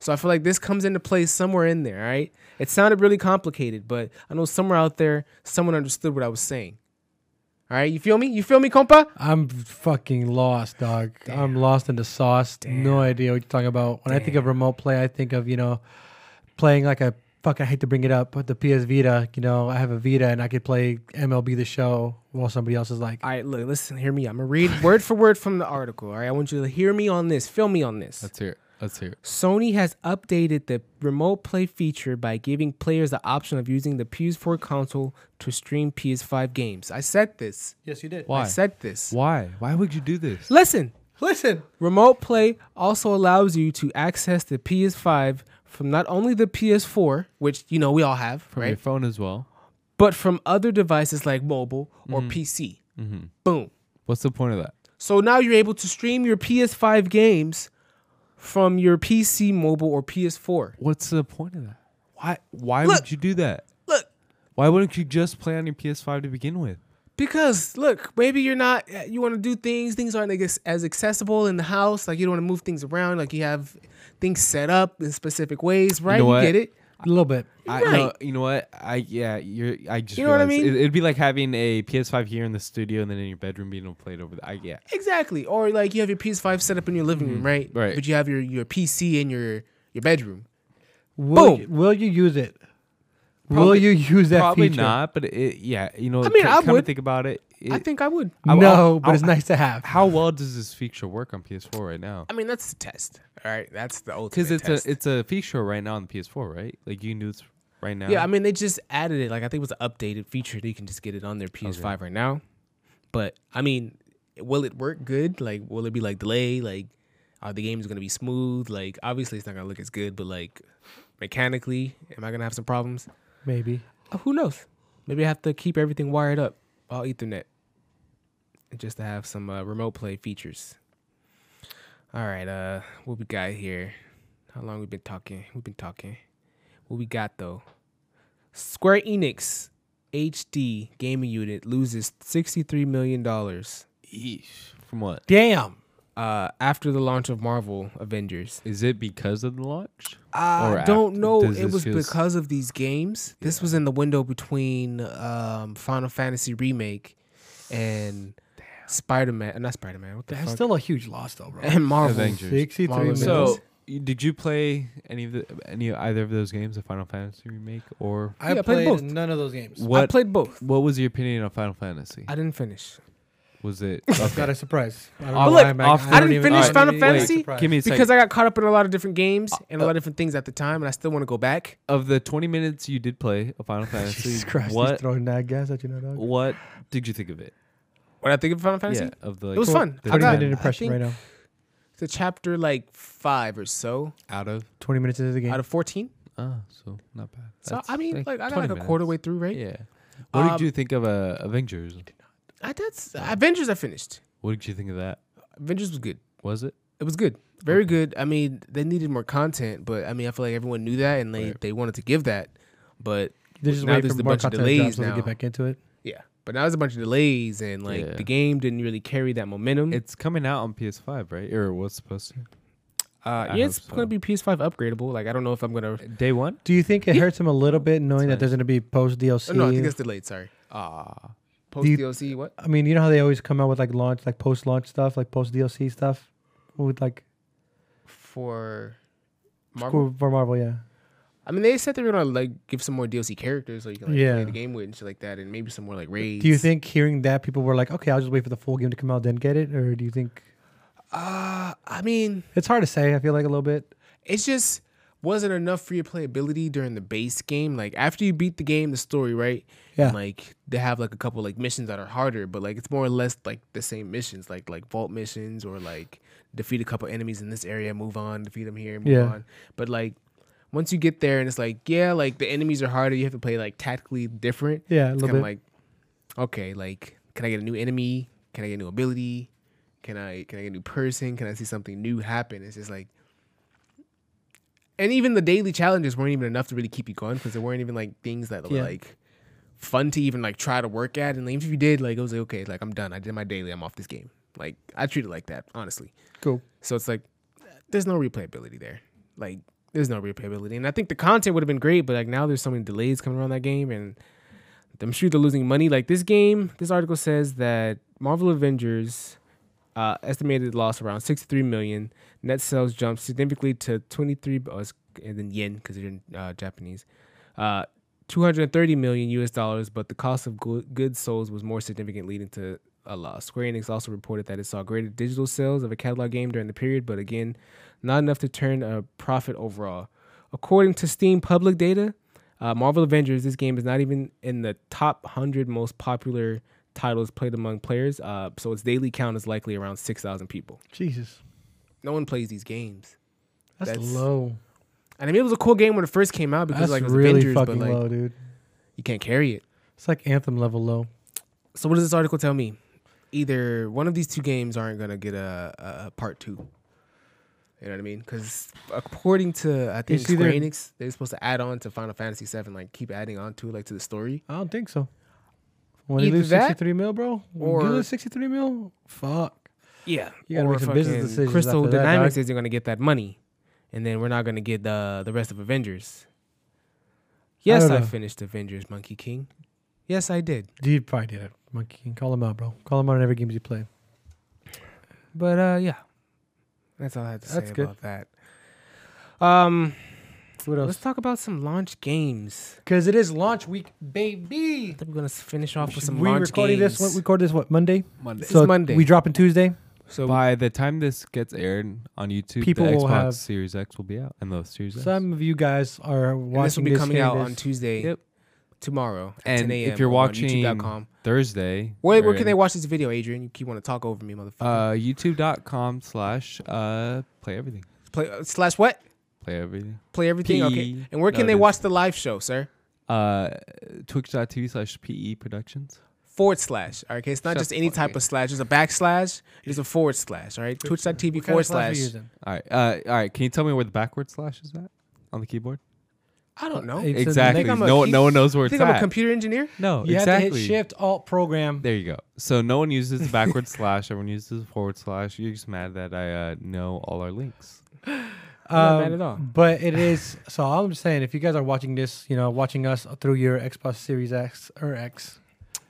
S1: So I feel like this comes into play somewhere in there, all right? It sounded really complicated, but I know somewhere out there, someone understood what I was saying. All right, you feel me? You feel me, compa?
S2: I'm fucking lost, dog. I'm lost in the sauce. No idea what you're talking about. When I think of remote play, I think of you know playing like a fuck. I hate to bring it up, but the PS Vita. You know, I have a Vita and I could play MLB the Show while somebody else is like,
S1: All right, look, listen, hear me. I'm gonna read word for word from the article. All right, I want you to hear me on this, feel me on this.
S3: Let's hear it. Let's hear it.
S1: Sony has updated the remote play feature by giving players the option of using the PS4 console to stream PS5 games. I said this.
S2: yes, you did.
S3: Why?
S1: I said this.
S3: Why? Why would you do this?
S1: Listen,
S2: Listen,
S1: remote play also allows you to access the PS5 from not only the PS4, which you know we all have,
S3: From your
S1: right?
S3: phone as well.
S1: But from other devices like mobile or
S3: Mm-hmm.
S1: PC. Boom.
S3: What's the point of that?
S1: So now you're able to stream your PS5 games from your PC, mobile, or PS4.
S3: What's the point of that? Why? Why
S1: Look.
S3: would you do that?
S1: Look,
S3: Why wouldn't you just play on your PS5 to begin with?
S1: because look, maybe you're not. eh, You want to do things. Things aren't like, as- as accessible in the house. Like you don't want to move things around. Like you have things set up in specific ways, right?
S3: know
S1: You,
S3: what?
S1: get it?
S2: A little bit.
S3: I,
S1: Right.
S3: no, you know what? I yeah, you're. I just.
S1: You know what I
S3: realized.
S1: mean?
S3: It, would be like having a PS5 here in the studio and then in your bedroom being able to play it over. The, I yeah.
S1: Exactly. Or like you have your PS5 set up in your living room, right?
S3: Mm-hmm. Right.
S1: But you have your your PC in your your bedroom.
S2: Will
S1: Boom.
S2: You, will you use it? will
S3: Probably-
S2: you use that
S3: Probably
S2: feature?
S3: not, but it, yeah, you know.
S1: I mean,
S3: c-
S1: I
S3: come to
S1: would.
S3: think about it.
S1: I
S3: it-
S1: think I would.
S3: I-
S2: no,
S3: I'll-
S2: but it's
S3: I'll-
S2: nice to have.
S3: How well does this feature work on PS4 right now?
S1: I mean, that's a test. All right, that's the ultimate.
S3: Because it's
S1: test.
S3: a it's a feature right now on the PS4, right? Like you can do this right now.
S1: yeah. I mean, they just added it. Like I think it was an updated feature. They can just get it on their PS5 right now. But I mean, will it work good? Like, will it be like delay? Like, are the games gonna be smooth? Like, obviously it's not gonna look as good, but like mechanically, am I gonna have some problems?
S2: Maybe.
S1: Uh, who knows? Maybe I have to keep everything wired up, all Ethernet, just to have some uh, remote play features. All right, uh, what we got here? How long we been talking? We've been talking. What we got though? Square Enix HD gaming unit loses sixty-three million dollars
S3: Eesh. From what?
S2: Damn.
S1: uh, after the launch of Marvel Avengers.
S3: Is it because of the launch? Or
S1: I
S3: act-
S1: don't know.
S3: does
S1: It
S3: this
S1: was
S3: just-
S1: because of these games. This was in the window between um, Final Fantasy Remake and Spider Man. Not Spider Man. What the
S2: That's
S1: fuck?
S2: still a huge loss, though, bro.
S1: and Marvel.
S3: Avengers.
S2: Sixty-three
S1: Marvel
S2: million.
S3: So, y- did you play any of the any either of those games, the Final Fantasy remake, or
S2: I
S1: Yeah, I played
S2: played,
S1: both.
S2: none of those games.
S1: I
S3: what?
S1: played both.
S3: what was your opinion on Final Fantasy?
S1: I didn't finish.
S3: Was it?
S2: That's not a surprise. I don't
S3: But
S2: know
S1: look,
S2: why I'm act-
S3: off the-
S2: don't
S3: I didn't
S2: even-
S3: finish
S2: don't
S3: Final
S2: even know why I'm
S1: Fantasy?
S2: surprised.
S3: Give me a
S1: Because
S3: second.
S1: I got caught up in a lot of different games
S3: Uh,
S1: and a lot of different things at the time, and I still want to go back.
S3: of the twenty minutes you did play of Final Fantasy,
S2: Jesus Christ, he's
S3: what
S2: throwing that gas at you, now, dog.
S3: what did you think of it?
S1: What I think of Final Fantasy?
S3: Yeah, of the
S1: It was
S3: like,
S1: fun. I
S3: the
S2: Twenty
S1: got-
S2: minute
S1: I
S2: impression
S1: think-
S2: right now.
S1: The chapter like five or so
S3: out of
S2: Twenty minutes into the game.
S1: out of fourteen.
S3: ah, so not bad.
S1: So
S3: That's
S1: I mean, like I got
S3: 20
S1: like a
S3: minutes.
S1: quarter way through, right?
S3: Yeah. What did
S1: Um,
S3: you think of uh, Avengers?
S1: I, that's Avengers. I finished.
S3: What did you think of that?
S1: Avengers was good.
S3: Was it?
S1: It was good. Very good. I mean, they needed more content, but I mean, I feel like everyone knew that and they,
S3: Right.
S1: they wanted to give that. But
S2: They're just
S1: now
S2: waiting
S1: there's
S2: for
S1: a
S2: more
S1: bunch of
S2: content to drop
S1: delays
S2: so they
S1: now.
S2: get back into it.
S1: yeah, but now there's a bunch of delays and like
S3: Yeah.
S1: the game didn't really carry that momentum.
S3: It's coming out on PS5, right? Or was supposed
S1: uh,
S3: I
S1: yeah, it's
S3: hope so.
S1: going to be PS5 upgradable. Like, I don't know if I'm going to.
S3: to day one.
S2: Do you think it hurts him a little bit knowing that
S3: nice.
S2: there's going to be post DLC?
S1: Oh, no, I think it's delayed. Sorry.
S3: Ah,
S1: Post DLC, what?
S2: I mean, you know how they always come out with like launch, like post launch stuff, like post DLC stuff, with like
S1: For Marvel?
S2: Marvel? for Marvel, yeah.
S1: I mean, they said they were going to like give some more DLC characters so you can like,
S2: Yeah.
S1: play the game with and shit like that and maybe some more like raids.
S2: Do you think hearing that people were like, okay, I'll just wait for the full game to come out, then get it, or do you think
S1: Uh, I mean.
S2: it's hard to say? I feel like a little bit.
S1: it's just wasn't enough for your playability during the base game. Like after you beat the game, the story, right?
S2: Yeah.
S1: And, like they have like a couple like missions that are harder, but like it's more or less like the same missions, like like vault missions or like defeat a couple enemies in this area, move on, defeat them here, move
S2: Yeah.
S1: on. But like once you get there and it's like, yeah, like the enemies are harder, you have to play like tactically different.
S2: Yeah, a
S1: It's
S2: little
S1: kind of
S2: bit.
S1: like, okay, like can I get a new enemy? Can I get a new ability? Can I can I get a new person? Can I see something new happen? It's just like, and even the daily challenges weren't even enough to really keep you going because there weren't even like things that were
S2: Yeah.
S1: like fun to even like try to work at. And like, if you did, like it was like okay, like I'm done. I did my daily. I'm off this game. Like I treat it like that, honestly.
S2: cool.
S1: So it's like there's no replayability there. Like there's no replayability, and I think the content would have been great, but like now there's so many delays coming around that game, and I'm sure they're losing money. Like this game, this article says that Marvel Avengers uh, estimated loss around 63 million. Net sales jumped significantly to 23, oh, it's- and then yen because they're in uh, Japanese. Uh, 230 million US dollars, but the cost of goo- goods sold was more significant, leading to a loss. Square Enix also reported that it saw greater digital sales of a catalog game during the period, but again, not enough to turn a profit overall. According to Steam public data, uh, Marvel Avengers, this game is not even in the top 100 most popular titles played among players, uh, so its daily count is likely around 6,000 people.
S2: Jesus,
S1: No one plays these games.
S2: that's,
S1: That's-
S2: low.
S1: And I mean, it was a cool game when it first came out because
S2: That's
S1: like it was
S2: really
S1: Avengers, but
S2: fucking
S1: like
S2: low, dude.
S1: you can't carry it.
S2: It's like anthem level low.
S1: So what does this article tell me? Either one of these two games aren't gonna get a, a, a part two. You know what I mean? Because according to I think
S2: see
S1: Square
S2: their-
S1: Enix, they're supposed to add on to Final Fantasy VII, like keep adding on to like to the story.
S2: I don't think so. When you
S1: Either
S2: lose
S1: that
S2: 63 mil, bro,
S1: or-
S2: when you lose 63 mil, fuck.
S1: Yeah,
S2: You gotta
S1: or
S2: make some business
S1: fucking
S2: decisions
S1: Crystal
S2: after that,
S1: Dynamics
S2: dog.
S1: isn't gonna get that money, and then we're not gonna get the the rest of Avengers. Yes,
S2: don't
S1: I,
S2: know.
S1: finished Avengers, Monkey King. Yes, I did.
S2: Dude, probably did it. Monkey King, call him out, bro. Call him out on every game you play.
S1: But uh, yeah, that's all I had to
S2: That's
S1: say
S2: good.
S1: about that. Um,
S2: What else?
S1: let's talk about some launch games.
S2: Because it is launch week, baby.
S1: I think we're gonna finish off with some
S2: we
S1: launch
S2: recorded
S1: games.
S2: this. What, we recorded this what Monday.
S3: Monday.
S1: It's Monday.
S2: We dropping Tuesday.
S1: so
S3: By the time this gets aired on YouTube,
S2: People
S3: the
S2: will
S3: Xbox
S2: have-
S3: Series X will be out and the Series X.
S2: Some of you guys are
S1: and this will
S2: watching
S1: be coming
S2: here it
S1: out on
S2: is.
S1: Tuesday,
S3: Yep.
S1: tomorrow at
S3: and
S1: 10 a.m.
S3: if you're watching
S1: on YouTube.com.
S3: Thursday,
S1: Where, where
S3: or-
S1: can they watch this video, Adrian? You keep want to talk over me, motherfucker.
S3: Uh, YouTube.com slash uh play everything.
S1: Play uh, slash what?
S3: Play everything.
S1: Play everything. okay.
S3: P-
S1: And where can
S3: no,
S1: they
S3: it
S1: watch the live show, sir?
S3: Uh, Twitch.tv slash PE Productions.
S1: Forward slash. All right. 'Kay, It's not
S3: Shut
S1: just
S3: the
S1: any
S3: fuck
S1: type
S3: up.
S1: of slash. There's a backslash. There's a forward slash. All right. Twitch.tv forward
S2: What kind of class are
S1: slash.
S2: you using?
S3: All right. Uh, all right. Can you tell me where the backward slash is at on the keyboard?
S1: I don't know.
S2: Hey, It's in-
S3: exactly.
S1: Think I'm a
S3: No,
S1: key-
S3: no one knows where
S1: You
S3: it's
S1: think I'm a
S3: at.
S1: computer engineer?
S3: no,
S2: You
S3: exactly.
S2: have to hit Shift Alt Program.
S3: There you go. So no one uses the backward slash. Everyone uses the forward slash. You're just mad that I uh, know all our links.
S1: Not bad at all.
S2: Um, But it is so. I'm just saying, if you guys are watching this, you know, watching us through your Xbox Series X or X,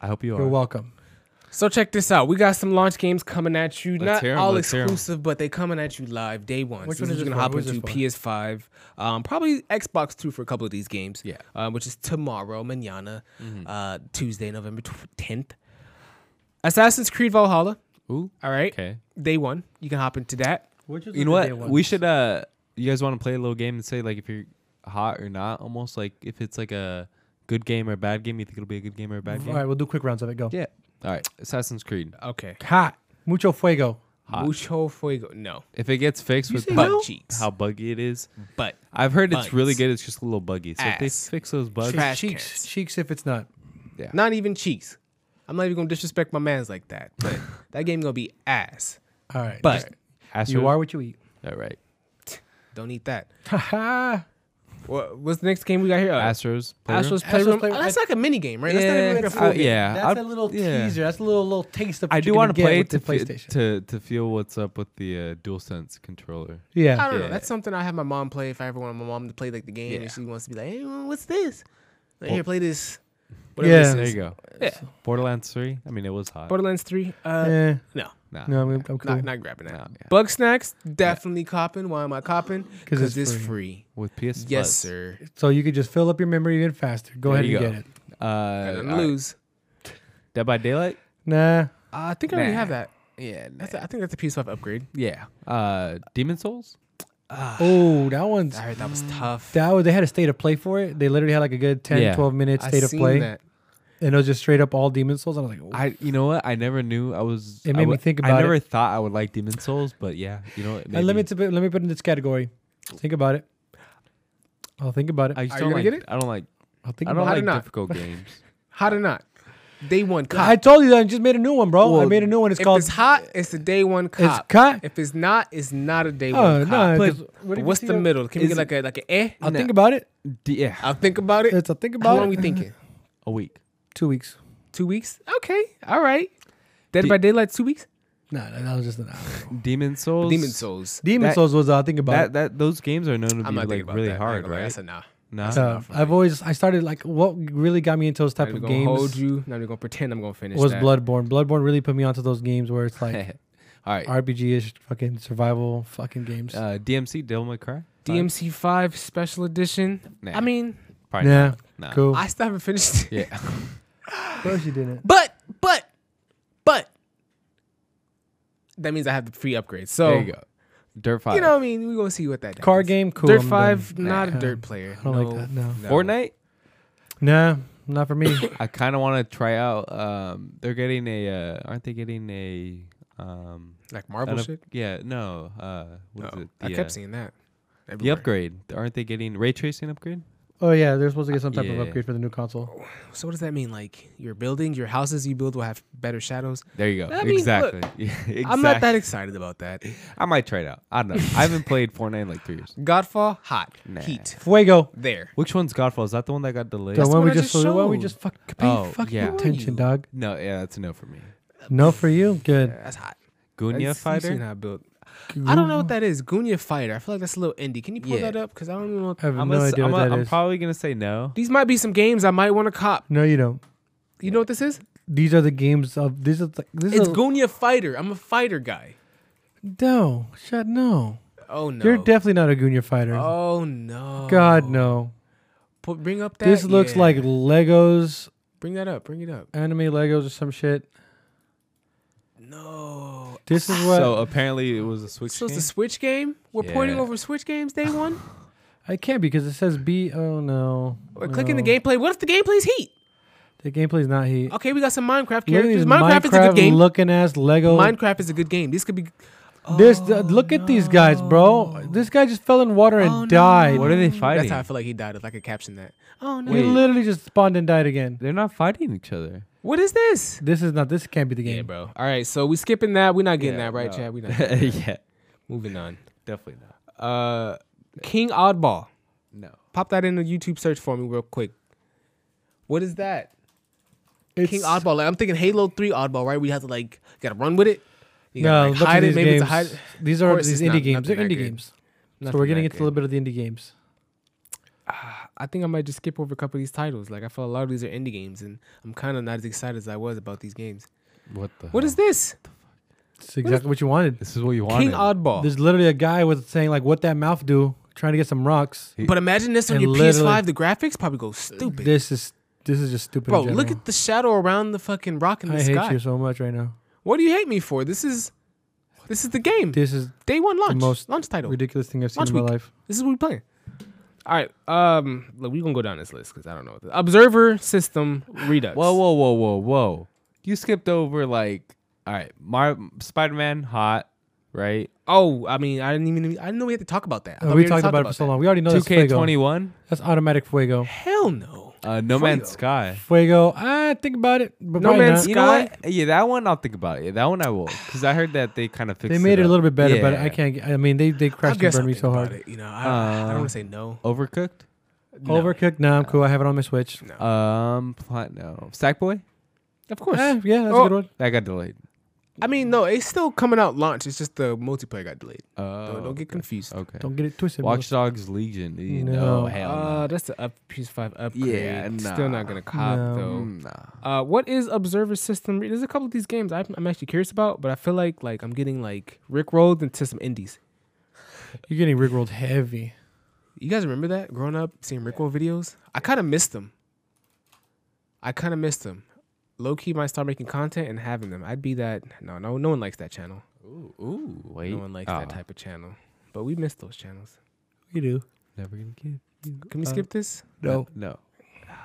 S3: I hope you are.
S2: you're welcome.
S1: So check this out. We got some launch games coming at you.
S3: Let's
S1: Not
S3: hear 'em,
S1: all
S3: let's hear 'em.
S1: exclusive, but they coming at you live day one.
S2: Which
S1: So
S2: one
S1: this
S2: is this
S1: gonna
S2: for?
S1: hop
S2: Who is
S1: into
S2: this
S1: PS5, um, probably Xbox Two for a couple of these games.
S3: Yeah.
S1: uh, which is tomorrow, manana, uh, Tuesday, November tenth. Assassin's Creed Valhalla.
S3: Ooh.
S1: All right,
S3: Okay.
S1: day one. You can hop into that.
S2: Which is
S3: You know what? We should. Uh, you guys want to play a little game and say like if you're hot or not? Almost like if it's like a good game or a bad game. You think it'll be a good game or a bad
S2: All
S3: game?
S2: right, we'll do quick rounds of it. Go.
S3: Yeah. All right. Assassin's Creed.
S1: Okay.
S2: Hot. Mucho fuego.
S3: Hot.
S1: Mucho fuego. No,
S3: If it gets fixed with
S2: say
S3: bug
S1: no? cheeks.
S3: how buggy it is,
S1: but
S3: I've heard
S1: Bugs.
S3: it's really good. It's just a little buggy. So if they
S1: Ass.
S3: fix those bugs,
S1: Trash
S2: cheeks.
S1: cans.
S2: Cheeks if it's not.
S1: not even cheeks. I'm not even gonna disrespect my man's like that. But that game gonna be ass.
S2: All right.
S1: But
S3: Astros,
S2: you are what you eat.
S3: all right.
S1: don't eat that.
S2: Haha.
S1: What, what's the next game we got here? Uh,
S3: Astros. Playroom?
S1: Astro's Playroom.
S2: Playroom.
S1: Oh, that's like a mini game, right?
S3: Yeah,
S1: That's not even like
S3: that's-
S1: a full
S3: uh,
S1: game.
S3: yeah.
S2: That's
S3: I'd-
S2: a little
S3: yeah.
S2: teaser. That's a little little taste of.
S3: I
S2: what
S3: do
S2: you're
S3: want
S2: gonna
S3: to
S2: get
S3: play
S2: with the
S3: it to, fe-
S2: PlayStation.
S3: to to feel what's up with the uh, DualSense controller.
S1: I
S2: yeah.
S1: don't know.
S3: Yeah.
S1: That's something I have my mom play if I ever want my mom to play like the game
S3: Yeah.
S1: and she wants to be like, "Hey, mom, what's this? Like,
S3: Well-
S1: here, play this."
S2: Yeah.
S1: this
S3: There
S1: is.
S3: you go.
S1: Yeah.
S3: Borderlands Three. I mean, it was hot.
S1: Borderlands Three. Uh,
S2: Eh,
S1: No,
S3: nah,
S2: no, I'm, I'm cool.
S1: not not grabbing that.
S3: nah, Oh, yeah.
S1: Bug snacks definitely copping. Why am I copping?
S2: 'Cause
S1: Because
S2: it's
S1: it's,
S2: free.
S1: free.
S3: With PS
S1: Yes,
S3: Plus.
S1: sir.
S2: so you could just fill up your memory even faster. Go
S3: There
S2: ahead
S3: you
S2: and
S3: go.
S2: get it.
S3: Uh,
S1: Gotta
S3: all right.
S1: lose.
S3: Dead by Daylight.
S2: Nah.
S1: Uh, I think I already
S3: Nah.
S1: have that.
S3: Yeah,
S1: That's a, I think that's a PS5 upgrade.
S3: yeah. Uh, Demon Souls. Ah.
S2: Oh, that one's
S1: I heard that was tough.
S2: Mm. that was, they had a state of play for it. They literally had like a good 10,
S3: Yeah.
S2: 12 minute
S1: I
S2: state of
S1: seen
S2: play,
S1: that.
S2: and it was just straight up all Demon Souls. And I was like,
S3: I, you know what? I never knew I was.
S2: It
S3: I
S2: made me
S3: wa-
S2: think
S3: I
S2: about
S3: never thought I would like Demon Souls, but yeah, you know. What,
S2: Uh, let me t- let me put it in this category. Think about it. I'll think about it.
S3: I just
S1: Are you
S3: don't
S1: gonna
S3: like.
S1: get it?
S3: I don't like.
S2: I'll think
S3: I
S2: about
S3: don't
S1: How
S3: like
S1: did not?
S3: difficult games.
S1: How to not? Day one
S2: it.
S1: cop.
S2: I told you that I just made a new one, bro. I
S3: Well,
S2: made a new one. It's
S1: if
S2: called.
S1: it's hot, it's the day one cop.
S2: cop.
S1: If it's not, it's not a day one
S2: Oh,
S1: cop.
S2: no,
S1: But-
S2: 'cause what
S1: but
S2: if
S1: what's
S2: you
S1: the
S2: see a-
S1: middle? Can we
S3: is
S1: get like a like an eh?
S2: I'll
S3: No.
S2: think about it.
S3: D- yeah,
S1: I'll think about it.
S2: It's, I'll think
S1: How
S2: about
S1: long
S2: it.
S1: are we thinking?
S3: a week.
S2: Two weeks.
S1: Two weeks? Okay. All right. Dead
S3: Di-
S1: by Daylight, two weeks?
S2: No, no, that was just an hour.
S3: Demon Souls.
S1: Demon Souls.
S2: Demon
S3: That-
S2: Souls was. uh, I'll think about
S3: That that those games are known to be
S1: I'm not thinking
S3: like
S1: about
S3: really
S1: that. I ain't
S3: hard,
S1: gonna lie,
S3: right?
S1: That's a nah.
S3: No.
S2: it.
S1: not
S2: Uh,
S1: for
S2: I've always. I started like what really got me into those type
S1: I'm
S2: of
S1: gonna
S2: games
S1: hold you. Now I'm gonna pretend I'm gonna finish.
S2: was
S1: that.
S2: Bloodborne. Bloodborne really put me onto those games where it's
S3: All
S2: like
S3: right.
S2: RPG ish fucking survival fucking games.
S3: Uh, DMC Devil May Cry.
S1: DMC Five Special Edition.
S3: Nah.
S1: I mean,
S3: Probably
S2: yeah,
S3: not. Nah.
S2: cool.
S1: I still haven't finished. it.
S3: Yeah.
S2: of course you didn't.
S1: But but but that means I have the free upgrade. So
S3: there you go. Dirt Five.
S1: You know, what I mean, we're gonna see what that
S2: Car
S1: happens.
S2: game, cool.
S1: dirt
S2: I'm
S1: five,
S2: done.
S1: not
S2: Nah.
S1: a dirt player.
S2: I don't like that, no.
S3: Fortnite.
S2: Nah, not for me.
S3: I kind of want to try out. Um, they're getting a. Uh, aren't they getting a? Um,
S1: like Marvel
S3: an up-
S1: shit.
S3: Yeah. No. Uh, what is
S1: No,
S3: it?
S1: I
S3: The,
S1: kept
S3: uh,
S1: seeing that.
S3: the
S1: everywhere.
S3: upgrade. Aren't they getting ray tracing upgrade?
S2: Oh yeah, they're supposed to get some type of
S3: Yeah.
S2: upgrade for the new console.
S1: So what does that mean? Like your building, your houses you build will have better shadows.
S3: There you go.
S1: I mean, look,
S3: exactly. Yeah, exactly.
S1: I'm not that excited about that.
S3: I might try it out. I don't know. I haven't played Fortnite in like three years.
S1: Godfall, hot, heat,
S2: Fuego.
S1: there.
S3: Which one's Godfall? Is that the one that got delayed?
S2: The
S1: the
S2: one
S1: one
S2: we
S1: I
S2: just
S1: just
S2: the one we
S1: showed.
S2: just fuck, pay
S3: Oh,
S1: fucking
S3: yeah.
S1: who are
S2: attention,
S1: you?
S2: dog.
S3: No, yeah, that's a no for me.
S2: No for you. Good.
S1: That's hot.
S3: Gunya
S1: That's- you've seen
S3: Fighter?
S1: how I built. I don't know what that is. Gunya Fighter. I feel like that's a little indie. Can you pull
S3: Yeah.
S1: that up? Because I don't even know. What
S2: I have
S3: I'm,
S2: no
S3: gonna s-
S2: idea
S3: I'm,
S2: what
S3: a-
S2: that
S3: I'm
S2: is.
S3: probably going to say no.
S1: These might be some games I might want to cop.
S2: no, you don't.
S1: You know what this is?
S2: These are the games of these are the, this
S1: It's
S2: is a,
S1: Gunya Fighter. I'm a fighter guy.
S2: no shut no.
S1: Oh no.
S2: You're definitely not a Gunya fighter.
S1: Oh no.
S2: God no.
S1: Pu- bring up that.
S2: This looks
S1: yeah.
S2: like Legos,
S1: Bring that up. Bring it up.
S2: anime Legos or some shit.
S1: No.
S2: This is what
S3: So apparently it was a Switch
S1: So it's
S3: game.
S1: a Switch game. We're porting
S3: Yeah.
S1: over Switch games day one.
S2: I can't because it says B. Oh no.
S1: We're clicking the
S2: No.
S1: gameplay. What if the gameplay's heat?
S2: The gameplay's not heat.
S1: Okay, we got some Minecraft
S2: Look at
S1: characters.
S2: these
S1: Minecraft, is a good game.
S2: looking ass Lego.
S1: Minecraft is a good game. This could be.
S2: this th- look at these guys, bro. This guy just fell in water and
S1: Oh, no.
S2: died.
S3: What are they
S1: That's
S3: fighting?
S1: how I feel like he died. If I could caption that. Oh no.
S2: We
S3: Wait.
S2: literally just spawned and died again.
S3: They're not fighting each other.
S1: What is this?
S2: This is not. This can't be the game,
S1: Yeah, bro. All right, so we skipping that. We're not getting
S3: Yeah,
S1: that right,
S3: no.
S1: Chad. We're not. getting that.
S3: yeah,
S1: Moving on.
S3: definitely not.
S1: Uh, King Oddball.
S3: No.
S1: Pop that in the YouTube search for me real quick. What is that?
S2: It's,
S1: King Oddball. Like, I'm thinking Halo 3 Oddball, right? We have to like gotta run with it. You
S2: No,
S1: gotta like,
S2: look at
S1: hide
S2: these
S1: it. Maybe
S2: games.
S1: it's a hide.
S2: These
S1: Of
S2: are
S1: course
S2: these
S1: it's
S2: indie
S1: not-
S2: games. They're
S1: nothing
S2: indie
S1: that good.
S2: games. so
S1: Nothing
S2: we're getting
S1: that
S2: into a
S1: good.
S2: little bit of the indie games.
S1: I think I might just skip over a couple of these titles. Like I feel a lot of these are indie games, and I'm kind of not as excited as I was about these games.
S3: What the?
S1: What is this?
S2: It's exactly what you wanted.
S3: This is what you wanted.
S1: King Oddball.
S2: There's literally a guy was saying like, "What that mouth do?" Trying to get some rocks.
S1: but imagine this on
S2: And
S1: your
S2: literally-
S1: PS5. The graphics probably go stupid.
S2: This is this is just stupid. in
S1: Bro, look
S2: general.
S1: at the shadow around the fucking rock in the
S2: I hate
S1: sky.
S2: you so much right now.
S1: What do you hate me for? This is this is the game.
S2: This is
S1: Day one launch.
S2: most
S1: launch title.
S2: ridiculous thing I've seen
S1: Launch
S2: in my
S1: week.
S2: life.
S1: This is what we playing. All right. Um, look, we gonna go down this list because I don't know. What the, Observer System Redux.
S3: Whoa, whoa, whoa, whoa, whoa! You skipped over like, all right, Mar- Spider-Man, hot, right?
S1: Oh, I mean, I didn't even. I didn't know we had to talk about that. I
S2: Uh,
S1: thought
S2: we
S1: already
S2: talked about, it for so long. We already know
S3: Two
S2: that's
S3: K
S2: Fuego.
S3: twenty one,
S2: That's automatic Fuego.
S1: that. Hell no.
S3: uh, No Man's Sky.
S2: Fuego. I think about it, but
S1: No
S2: no
S1: Man's
S3: You
S1: Sky?
S3: know what? Yeah, that one I'll think about. it. Yeah, that one I will, because I heard that they kind of fixed.
S2: They made it,
S3: up.
S2: a little bit better, but
S3: Yeah.
S2: I can't. get- I mean, they they
S1: I
S2: crashed and
S1: guess
S2: burned me so hard.
S1: It, you know, I, I don't
S3: Uh,
S1: want to say no.
S3: Overcooked.
S1: No.
S2: Overcooked. Nah, I'm cool. I have it on my Switch.
S1: No.
S3: Um, plat no. Sackboy.
S1: of course.
S2: Eh, yeah, that's
S1: Oh.
S2: a good one.
S3: That got delayed.
S1: I mean, no, it's still coming out launch. It's just the multiplayer got delayed.
S3: Oh,
S1: don't, don't get confused.
S3: Okay.
S2: Don't get it twisted.
S3: Watch Dogs Legion. You
S2: No.
S3: know, hell no.
S1: Uh, that's the up, PS5 upgrade.
S3: Yeah,
S1: Still
S3: nah.
S1: not gonna cop
S2: No.
S1: though.
S3: Mm, nah.
S1: Uh, what is Observer System? Re- There's a couple of these games I'm, I'm actually curious about, but I feel like like I'm getting like rickrolled into some indies.
S2: bro. You're getting rigrolled heavy.
S1: You guys remember that growing up, seeing rickroll videos? I kind of missed them. I kind of missed them. Low key might start making content and having them. I'd be that. No, no, no one likes that channel.
S3: Ooh, ooh, wait.
S1: No one likes that
S3: Ah,
S1: type of channel. But we miss those channels.
S2: You do.
S3: Never gonna get.
S1: Can we
S2: Uh,
S1: skip this?
S2: No,
S3: no,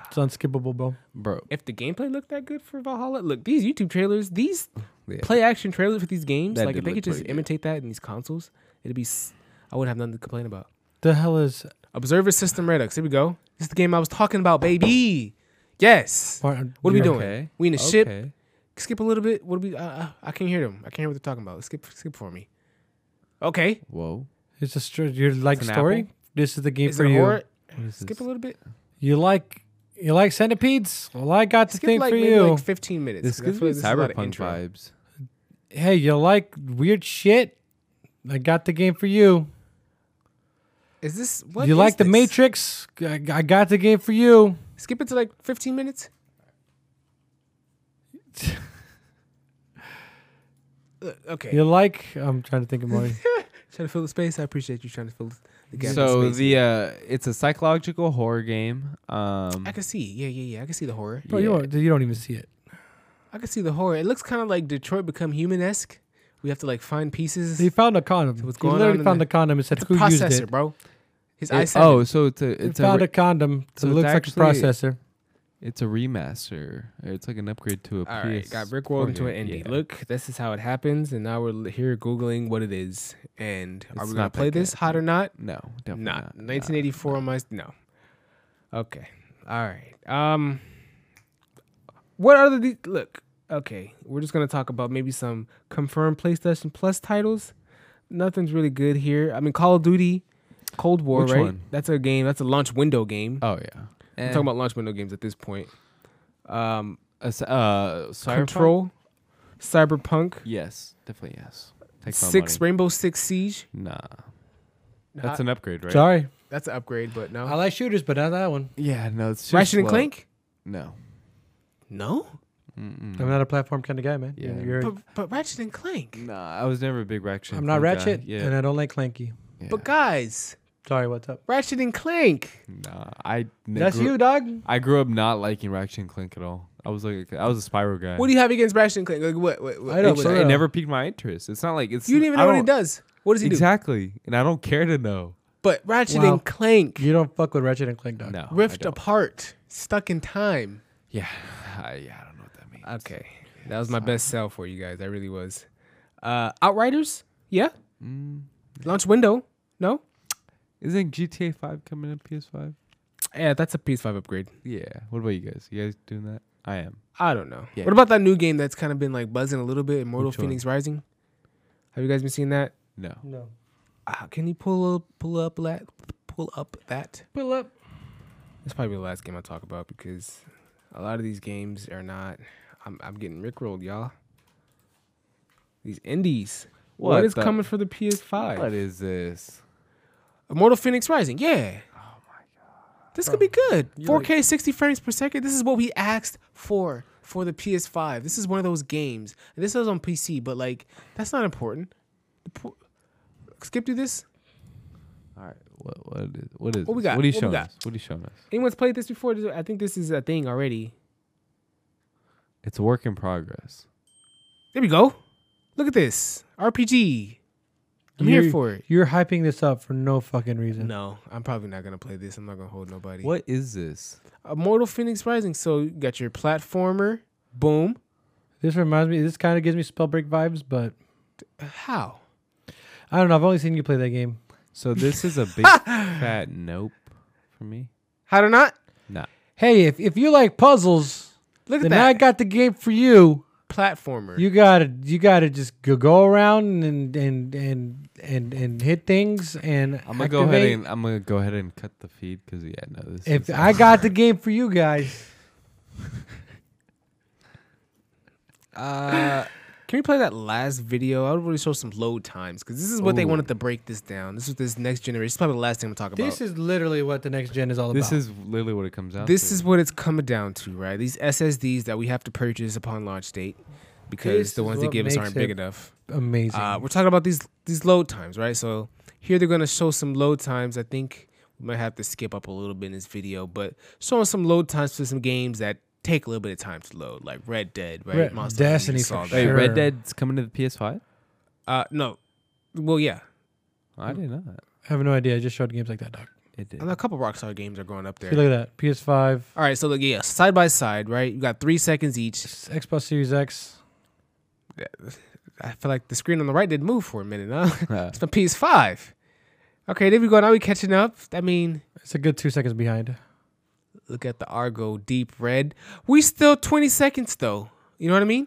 S2: it's unskippable, bro.
S3: bro.
S1: If the gameplay looked that good for Valhalla, look these YouTube trailers, these
S3: Yeah.
S1: play action trailers for these games.
S3: That
S1: like if
S3: did
S1: they
S3: look
S1: could just
S3: pretty good.
S1: imitate that in these consoles, it'd be. s- I wouldn't have nothing to complain about.
S2: The hell is?
S1: Observer System Redux. Here we go. This is the game I was talking about, baby. Yes.
S2: What are
S1: What are we doing?
S3: Okay.
S1: We in a ship.
S3: Okay.
S1: Skip a little bit. What do we? Uh, uh, I can't hear them. I can't hear what they're talking about. Skip, skip for me. Okay.
S3: Whoa.
S2: It's a str- you like
S3: It's an
S2: story.
S3: apple?
S2: This is the game
S1: Is
S2: for
S1: it
S2: you.
S1: horror?
S3: What is
S1: Skip a
S3: this?
S1: little bit.
S2: You like you like centipedes? Well, I got the
S1: Skip
S2: thing
S1: like
S2: for
S1: maybe
S2: you.
S1: like 15 minutes.
S3: This
S1: 'cause I
S3: gives
S1: feel
S3: me
S1: like is a lot of
S3: cyberpunk
S1: intro.
S3: vibes.
S2: hey, you like weird shit? I got the game for you.
S1: Is this what
S2: you
S1: is
S2: like the
S1: this?
S2: Matrix? I, I got the game for you.
S1: Skip it to like 15 minutes. Uh, okay.
S2: You like? I'm trying to think of more.
S1: Trying to fill the space. I appreciate you trying to fill the gap. in
S3: So
S1: space.
S3: the uh, it's a psychological horror game. Um,
S1: I can see. Yeah, yeah, yeah. I can see the horror.
S2: Bro, Oh, you,
S3: Yeah.
S2: don't, you don't even see it.
S1: I can see the horror. It looks kind of like Detroit Become Human esque. We have to like find pieces.
S2: He found a condom.
S1: what's
S2: he
S1: going
S2: literally
S1: on in
S2: found
S1: the-
S2: a condom and said,
S1: It's a
S2: "Who used
S1: processor,
S2: it?"
S1: bro. His
S3: it-
S1: eyes.
S3: oh, so it's a
S2: He
S3: it's a
S2: found a
S3: re-
S2: condom that
S3: so it's
S2: looks like a
S3: actually-
S2: processor.
S3: it's a remaster. It's like an upgrade to a
S1: all
S3: PS.
S1: right. Got Rickrolled into an indie.
S3: Yeah.
S1: Look, this is how it happens, and now we're l- here googling what it is. And are
S3: It's
S1: we gonna
S3: not that
S1: play this
S3: good.
S1: hot or not?
S3: No, definitely
S1: Nah.
S3: not.
S1: 1984 on my no. Okay. All right. Um what are the look, okay, we're just gonna talk about maybe some confirmed PlayStation Plus titles. Nothing's really good here. I mean Call of Duty, Cold War,
S3: Which
S1: right?
S3: one?
S1: That's a game, that's a launch window game.
S3: Oh yeah.
S1: I'm talking about launch window games at this point. Um
S3: uh, s- uh, Cyberpunk?
S1: Control, Cyberpunk,
S3: Yes, definitely yes. Takes my
S1: Six
S3: money.
S1: Rainbow Six Siege.
S3: Nah, that's an upgrade, right?
S2: Sorry,
S1: That's an upgrade, but no.
S2: I like shooters, but not that one.
S3: Yeah, no, it's just
S1: Ratchet and
S3: low.
S1: Clank?
S3: No.
S1: No.
S3: Mm-mm.
S2: I'm not a platform kind of guy, man.
S3: Yeah.
S2: You're-
S1: But, but Ratchet and Clank.
S3: Nah, I was never a big Ratchet. and
S2: I'm not
S3: Clank guy.
S2: ratchet,
S3: Yeah.
S2: and I don't like clanky.
S3: yeah.
S1: But guys,
S2: Sorry, what's up?
S1: Ratchet and Clank.
S3: nah, I. ne-
S2: That's
S3: grew-
S2: you, dog.
S3: I grew up not liking Ratchet and Clank at all. I was like, I was a Spyro guy.
S1: What do you have against Ratchet and Clank? Like what? what, what
S2: I don't
S1: what-
S2: know.
S3: it never piqued my interest. It's not like it's.
S1: You don't even
S3: I
S1: know what he
S3: don't-
S1: does. What does he
S3: Exactly, and I don't care to know.
S1: do? But Ratchet
S2: Wow.
S1: and Clank,
S2: You don't fuck with ratchet and clank, dog.
S3: No, I
S1: Rift
S3: don't.
S1: Apart, Stuck in Time.
S3: Yeah, I, yeah, I don't know what that means.
S1: Okay, that was my best sell for you guys. I really was. Uh, Outriders, yeah. Launch window, no.
S3: Mm. Isn't GTA Five coming to PS5?
S1: Yeah, that's a PS5 upgrade.
S3: Yeah. What about you guys? You guys doing that? I am.
S1: I don't know.
S3: Yeah.
S1: What about that new game that's kind of been like buzzing a little bit? Immortal
S3: Which one?
S1: Phoenix Rising. Have you guys been seeing that?
S3: No.
S2: no.
S1: Uh, can you pull up, pull up that, pull up that?
S2: Pull up.
S1: That's probably the last game I talk about because a lot of these games are not. I'm, I'm getting rickrolled, y'all. These indies. what
S3: What
S1: is
S3: the-
S1: coming for the PS5?
S3: What is this?
S1: Immortal Phoenix Rising. Yeah. Oh my god. This could be good.
S2: you
S1: 4K 60 frames per second. This is what we asked for for the PS5. This is one of those games. And this is on PC, but like that's not important. The po- Skip through this.
S3: All right. What what is what is
S1: What we
S3: this?
S1: got?
S3: What are you
S1: What we
S3: showing
S1: got?
S3: us? What are you showing us?
S1: Anyone's played this before? This- I think this is a thing already.
S3: It's a work in progress.
S1: There we go. Look at this RPG. I'm here
S2: You-
S1: for it.
S2: You're hyping this up for no fucking reason.
S1: No, I'm probably not gonna play this. I'm not gonna hold nobody.
S3: What is this?
S1: Immortal Phoenix Rising. So you got your platformer. Boom.
S2: This reminds me. This kind of gives me Spellbreak vibes, but
S1: How?
S2: I don't know. I've only seen you play that game.
S3: So this is a big fat nope for me.
S1: How to not?
S3: Nah.
S2: Hey, if, if you like puzzles,
S1: Look at
S2: then I
S1: that
S2: got the game for you.
S1: platformer.
S2: You gotta you gotta just go, go around and and and and and hit things and
S3: I'm gonna go ahead
S2: activate.
S3: and I'm gonna go ahead and cut the feed because yeah, no, this
S2: if
S3: is
S2: I got the game for you guys.
S1: uh, can we play that last video? I would really show some load times because this is what they
S3: Ooh.
S1: wanted to break this down. This is this next generation. This is probably the last thing I'm talking
S2: This
S1: about.
S2: is literally what the next gen is all
S3: this
S2: about.
S3: is literally what it comes out.
S1: This
S3: to.
S1: is what it's coming down to, right? These SSDs that we have to purchase upon launch date because
S2: This
S1: the
S2: is
S1: ones they
S2: what
S1: give us
S2: makes
S1: aren't big
S2: it
S1: enough.
S2: amazing.
S1: Uh, we're talking about these these load times, right? So here they're gonna show some load times. I think we might have to skip up a little bit in this video, but showing some load times for some games that take a little bit of time to load, like Red Dead, right?
S2: Red-
S1: Hunter, you
S2: Destiny
S1: saw
S2: for
S1: that.
S3: Wait,
S2: Sure.
S3: Red Dead's coming to the PS5.
S1: Uh, no, well, yeah, Mm.
S3: I did not.
S2: I have no idea. I just showed games like that, dog.
S3: It did.
S1: and a couple Rockstar games are going up there.
S2: Look at that. PS5,
S1: All right, so look, yeah, side by side, right? You got three seconds each.
S2: Xbox Series X.
S1: I feel like the screen on the right did move for a minute, huh?
S3: Uh,
S1: it's my PS5. Okay, there we go. Now we catching up. I mean,
S2: It's a good two seconds behind.
S1: look at the Argo deep red. We still 20 seconds though. You know what I mean?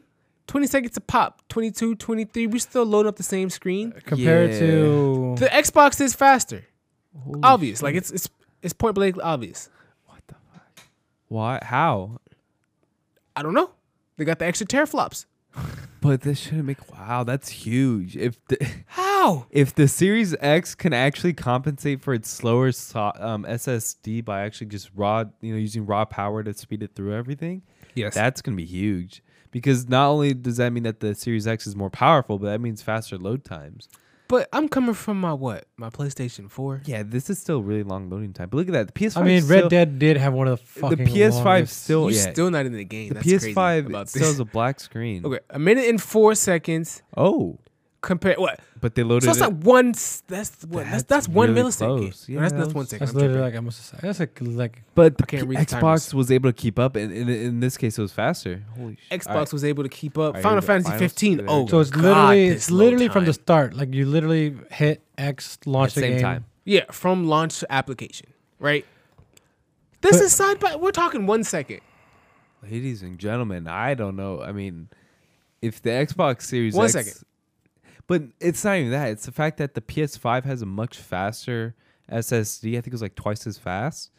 S1: 20 seconds to pop. 22, 23. We still loading up the same screen.
S2: Compared
S3: Yeah.
S2: to
S1: The Xbox is faster.
S3: holy
S1: Obvious.
S3: shit.
S1: Like it's it's it's point blank obvious.
S3: what the fuck? Why? How?
S1: I don't know. They got the extra teraflops.
S3: But this shouldn't make. Wow, that's huge. If the
S1: How?
S3: if the Series X can actually compensate for its slower so, um, SSD by actually just raw, you know, using raw power to speed it through everything,
S1: Yes.
S3: that's gonna be huge. Because not only does that mean that the Series X is more powerful, but that means faster load times.
S1: but I'm coming from my what? My PlayStation 4.
S3: Yeah, this is still really long loading time. But look at that. The PS5.
S2: I mean,
S3: is
S2: Red
S3: still-
S2: Dead did have one of the
S3: The
S2: fucking
S3: PS5
S2: longest-
S3: still.
S1: You're
S3: yeah,
S1: still not in the game.
S3: the
S1: That's crazy
S3: PS5
S1: about
S3: still has
S1: this.
S3: a black screen.
S1: Okay, a minute and four seconds
S3: Oh,
S1: compared what?
S3: but they loaded
S1: So it's
S3: it.
S1: like one. s- That's what. That's that's,
S3: That's
S1: one
S3: really
S1: millisecond.
S3: close.
S1: No,
S3: Yeah,
S1: that's,
S3: that
S1: that's
S3: was-
S1: one second.
S2: That's
S1: I'm
S2: literally
S1: tripping.
S2: like almost a si- that's like like
S3: But the
S1: can't
S3: P-
S1: read the
S3: Xbox
S1: timers.
S3: was able to keep up, and in, in this case, it was faster. Holy shit!
S1: Xbox was able to keep up.
S3: Alright, here
S1: Final
S3: we go.
S1: Fantasy
S3: Finals.
S1: 15.
S3: There we
S1: Oh,
S2: so it's
S1: God,
S2: literally
S1: this
S2: it's
S1: load
S2: literally from the
S1: time.
S2: start. Like you literally hit X, launch
S3: At the
S2: the
S3: same
S2: game.
S3: time.
S1: yeah from launch to application, right? This
S2: But-
S1: is side by. We're talking one second.
S3: Ladies and gentlemen, I don't know. I mean, if the Xbox Series
S1: One
S3: X,
S1: second.
S3: but it's not even that. It's the fact that the PS5 has a much faster SSD. I think it was like twice as fast.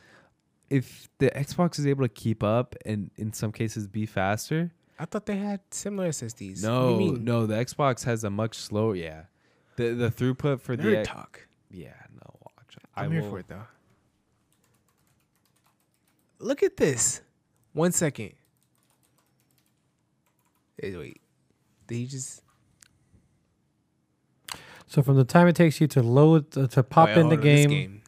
S3: If the Xbox is able to keep up and in some cases be faster,
S1: I thought they had similar SSDs. What do
S3: no,
S1: you mean?
S3: no, the Xbox has a much slower. Yeah, the the throughput for
S1: Nerd
S3: the X-
S1: talk.
S3: yeah no watch. I
S1: I'm here
S3: will-
S1: for it though. Look at this. One second. Eh, Wait. Did he just?
S2: So from the time it takes you to load uh, to, to pop
S1: Wait,
S2: in
S1: hold
S2: the
S1: on, this
S2: game,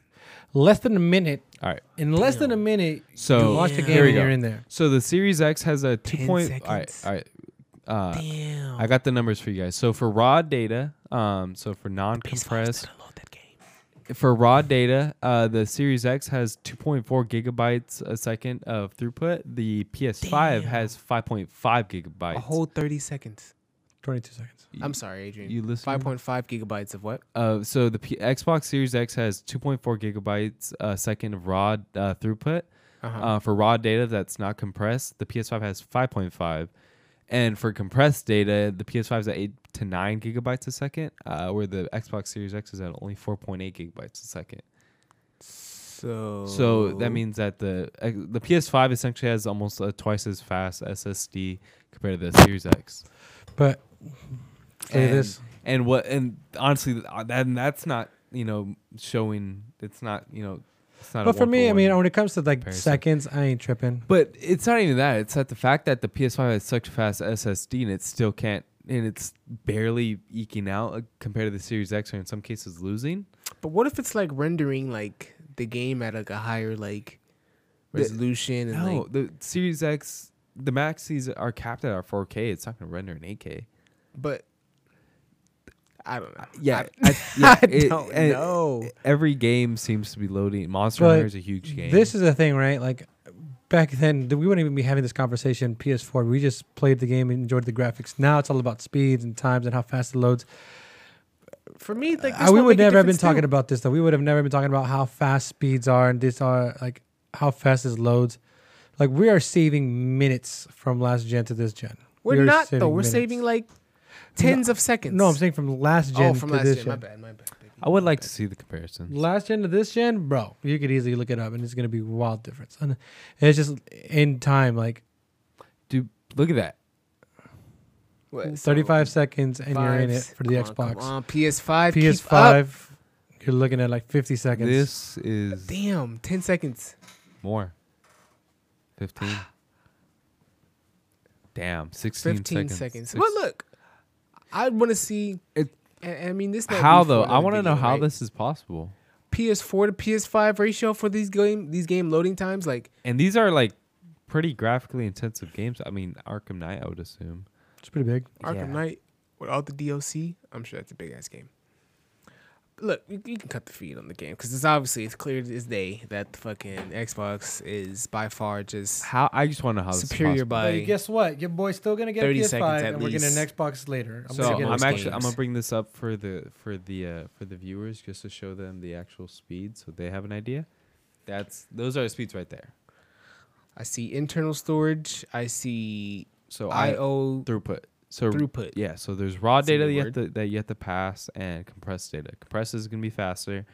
S2: less than a minute.
S3: All right, Oh,
S2: In less than a minute, you
S3: So-
S2: launch the
S1: Damn.
S2: game
S1: Here we
S2: and
S3: go.
S2: you're in there.
S3: so the Series X has a two point. All right,
S1: seconds.
S3: all right. Uh,
S1: Damn.
S3: I got the numbers for you guys. So for raw data, um, so for
S1: PS5's
S3: non-compressed,
S1: gonna load that game.
S3: for raw data, uh, the Series X has 2.4 gigabytes a second of throughput. The PS5
S1: Damn.
S3: has 5.5 gigabytes.
S1: A whole 30 seconds.
S2: 22 seconds.
S1: I'm sorry, Adrian.
S3: you listening?
S1: 5.5 gigabytes of what?
S3: uh, so the P- Xbox Series X has 2.4 gigabytes a second of raw uh, throughput.
S1: Uh-huh.
S3: Uh, for raw data that's not compressed, the PS5 has 5.5. And for compressed data, the PS5 is at 8 to 9 gigabytes a second, uh, where the Xbox Series X is at only 4.8 gigabytes a second.
S1: so.
S3: So
S1: Oh.
S3: that means that the ex- the PS5 essentially has almost a twice as fast SSD compared to the Series X.
S2: But say
S3: and,
S2: this.
S3: and what and honestly, th- uh, that that's not you know showing. It's not you know. It's not. a
S2: But for me, I mean,
S3: one-for-one.
S2: when it comes to like
S3: comparison.
S2: seconds, I ain't tripping.
S3: But it's not even that. It's that the fact that the PS5 has such fast SSD and it still can't, and it's barely eking out uh, compared to the Series X, or in some cases losing.
S1: But what if it's like rendering like the game at like a higher like
S3: The-
S1: resolution and
S3: No,
S1: like
S3: the Series X, the maxes are capped at our 4K. It's not going to render in 8K.
S1: but I don't know.
S3: Yeah,
S1: I,
S3: I, yeah,
S1: I
S3: it-
S1: don't
S3: and
S1: know.
S3: Every game seems to be loading. Monster
S2: But
S3: Hunter is a huge game.
S2: This is the thing, right? Like back then, th- we wouldn't even be having this conversation. PS4, we just played the game and enjoyed the graphics. Now it's all about speeds and times and how fast it loads.
S1: For me, like
S2: Uh, we would never have been talking about this though. We would have never been talking about how fast speeds are and this are like how fast this loads. Like we are saving minutes from last gen to this gen.
S1: We're
S2: We are
S1: not though. We're
S2: minutes.
S1: saving like tens of seconds.
S2: No, I'm saying from last gen
S1: oh, from
S2: to
S1: last
S2: this
S1: gen.
S2: gen.
S1: My bad. My bad. baby.
S3: I would like to see the comparison.
S2: Last gen to this gen, bro, you could easily look it up, and it's gonna be wild difference. And it's just in time, like
S3: Dude, look at that.
S1: What, so
S2: 35 seconds, and you you're in
S1: five-
S2: it for the
S1: come on,
S2: Xbox.
S1: come on, PS5. keep up.
S2: PS5, you're looking at like 50 seconds.
S3: This is
S1: Damn, 10 seconds.
S3: More. 15. Damn, 16
S1: 15
S3: seconds.
S1: seconds.
S3: Six-
S1: But look, I want to see.
S3: It-
S1: I, I mean, this. might be
S3: how
S1: for
S3: though? I
S1: another
S3: want to know
S1: video,
S3: how
S1: right?
S3: this is possible.
S1: PS4 to PS5 ratio for these game these game loading times. Like,
S3: And these are like pretty graphically intensive games. I mean, Arkham Knight, I would assume.
S2: It's pretty big.
S1: Arkham
S3: Yeah.
S1: Knight with all the DLC. I'm sure that's a big ass game. Look, you, you can cut the feed on the game because it's obviously it's clear as day that the fucking Xbox is by far just
S3: How I just want to know how this is
S1: superior
S3: possible.
S1: by.
S2: guess what? Your boy's still gonna get
S1: 30 PS5, seconds at and we're getting least. an
S2: Xbox later.
S1: I'm
S3: so
S1: gonna get
S3: I'm
S1: those
S3: actually I'm
S1: games.
S3: gonna bring this up for the for the uh, for the viewers just to show them the actual speed so they have an idea. That's those are the speeds right there.
S1: I see internal storage. I see
S3: So I
S1: I/O
S3: throughput. So
S1: throughput.
S3: Yeah, so there's raw
S1: That's a
S3: data
S1: good
S3: that you, have to, that you have to pass and compressed data. Compressed is going to be faster,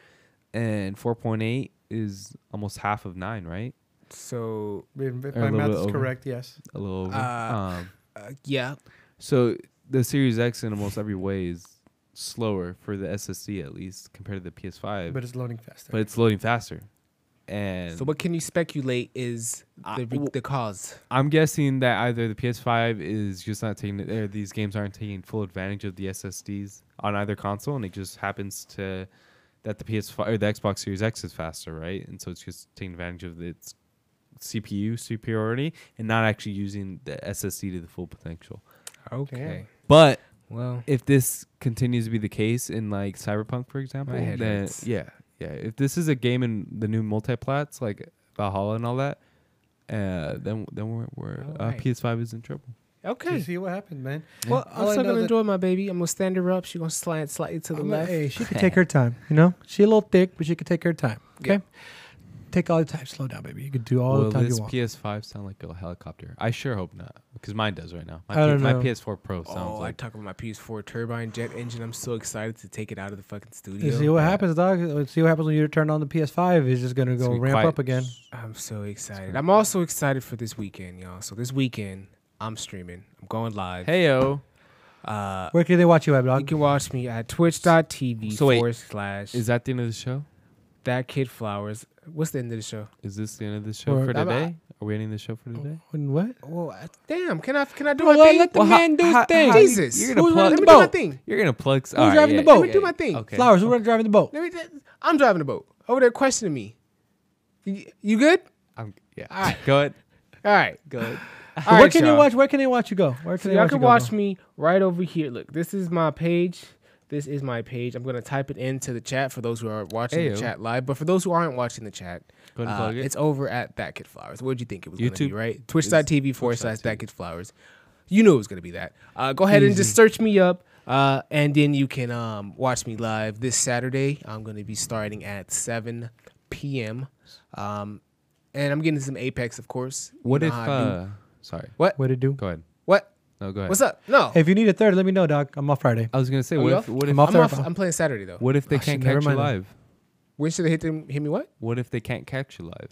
S3: and 4.8 is almost half of 9, right?
S1: So
S2: If
S3: my little math bit is over. correct,
S2: yes.
S3: A little over.
S1: Uh,
S3: um,
S1: uh, yeah,
S3: so the Series X in almost every way is slower for the SSD at least compared to the PS5, but,
S2: it's loading faster.
S3: it's loading faster. And
S1: So what can you speculate is
S3: I-
S1: the, re-
S3: w-
S1: the cause?
S3: I'm guessing that either the PS5 is just not taking or these games aren't taking full advantage of the SSDs on either console, and it just happens to that the PS5 or the Xbox Series X is faster, right? And so it's just taking advantage of its CPU superiority and not actually using the SSD to the full potential.
S1: Okay.
S3: But
S1: Well,
S3: if this continues to be the case in like Cyberpunk, for example,
S1: My head
S3: then
S1: hurts.
S3: yeah, yeah. If this is a game in the new multiplats like Valhalla and all that, uh, then then we're, we're uh,
S1: Alright.
S3: PS5 is in trouble.
S1: okay.
S2: see what happened, man.
S1: Well, I'm
S2: All I
S1: still
S2: know
S1: gonna
S2: that-
S1: enjoy my baby. I'm gonna stand her up. She's gonna slide slightly to the
S2: I'm like,
S1: left.
S2: hey, she could take her time. You know, she a little thick, but she could take her time. Okay. take all the time. Slow down, baby. You could do all
S3: Will
S2: the time
S3: this
S2: you want.
S3: PS5 sound like a helicopter? I sure hope not, because mine does right now.
S2: I
S3: My, P-
S2: don't
S3: my
S2: know.
S3: PS4 Pro sounds
S1: oh, I
S3: like
S1: talk about my PS4 turbine jet engine. I'm so excited to take it out of the fucking
S2: You
S1: studio.
S2: see what happens, dog. Let's see what happens when you turn on the PS5. It's just gonna
S3: It's
S2: go
S3: gonna be
S2: ramp
S3: quiet.
S2: up again.
S1: I'm so excited. I'm also excited for this weekend, y'all. So this weekend, I'm streaming. I'm going live.
S3: Hey yo,
S1: Uh,
S2: Where can they watch you at,
S1: you
S2: dog?
S1: can watch me at twitch.tv
S3: So wait,
S1: forward slash
S3: is that the end of the show?
S1: that kid flowers. What's the end of the show?
S3: Is this the end of the show
S2: Or-
S3: for
S1: I'm- Oh.
S3: today? Are we ending the show for today?
S2: What?
S1: Well, I- damn, can I can I do
S2: Well,
S1: my thing?
S2: let the Well, how- man do his how- thing. how-
S1: Jesus,
S3: you're gonna
S1: Who's
S3: plug
S1: let
S3: the
S1: me do my
S2: boat?
S1: thing.
S3: You're gonna plug. Who's
S2: driving the boat?
S1: Let me do my thing.
S3: Okay.
S2: Flowers. We're driving the boat.
S1: Let me. ju- I'm driving the boat over there. Questioning me. You, you good?
S3: I'm, yeah.
S1: All right.
S3: Go ahead.
S1: All right.
S3: Go ahead.
S1: All
S2: Where
S1: right,
S2: can
S1: y'all.
S2: they watch? Where can they watch you go? Where can
S1: So
S2: they
S1: y'all
S2: watch
S1: can
S2: you go,
S1: watch
S2: dog?
S1: me right over here. Look, this is my page. This is my page. I'm gonna type it into the chat for those who are watching the
S3: Ayo.
S1: chat live. But for those who aren't watching the chat,
S3: Go ahead and
S1: uh,
S3: plug it.
S1: it's over at That Kid Flowers. What did you think it was gonna be,
S3: YouTube
S1: right? Twitch.tv forward slash That Kid Flowers. You knew it was gonna be that. Uh, go ahead and just search me up. Uh, and then you can um, watch me live this Saturday. I'm gonna be starting at 7 p.m. Um, and I'm getting some Apex, of course. You
S3: What
S1: know
S3: if?
S1: how I do.
S3: Uh, sorry.
S1: What?
S2: What to do?
S3: Go ahead.
S1: what?
S3: No, go ahead.
S1: What's up? No.
S2: Hey, if you need a third, let me know, dog. I'm off Friday.
S3: I was gonna say,
S1: Are we
S3: what
S1: off?
S3: if, what if,
S2: I'm off
S1: I'm
S2: there.
S1: off. I'm playing Saturday though.
S3: what if they
S2: Oh,
S3: can't
S2: shit, never
S3: catch you
S2: mind then.
S3: live?
S1: When should they hit them? Hit me what?
S3: What if they can't catch you live?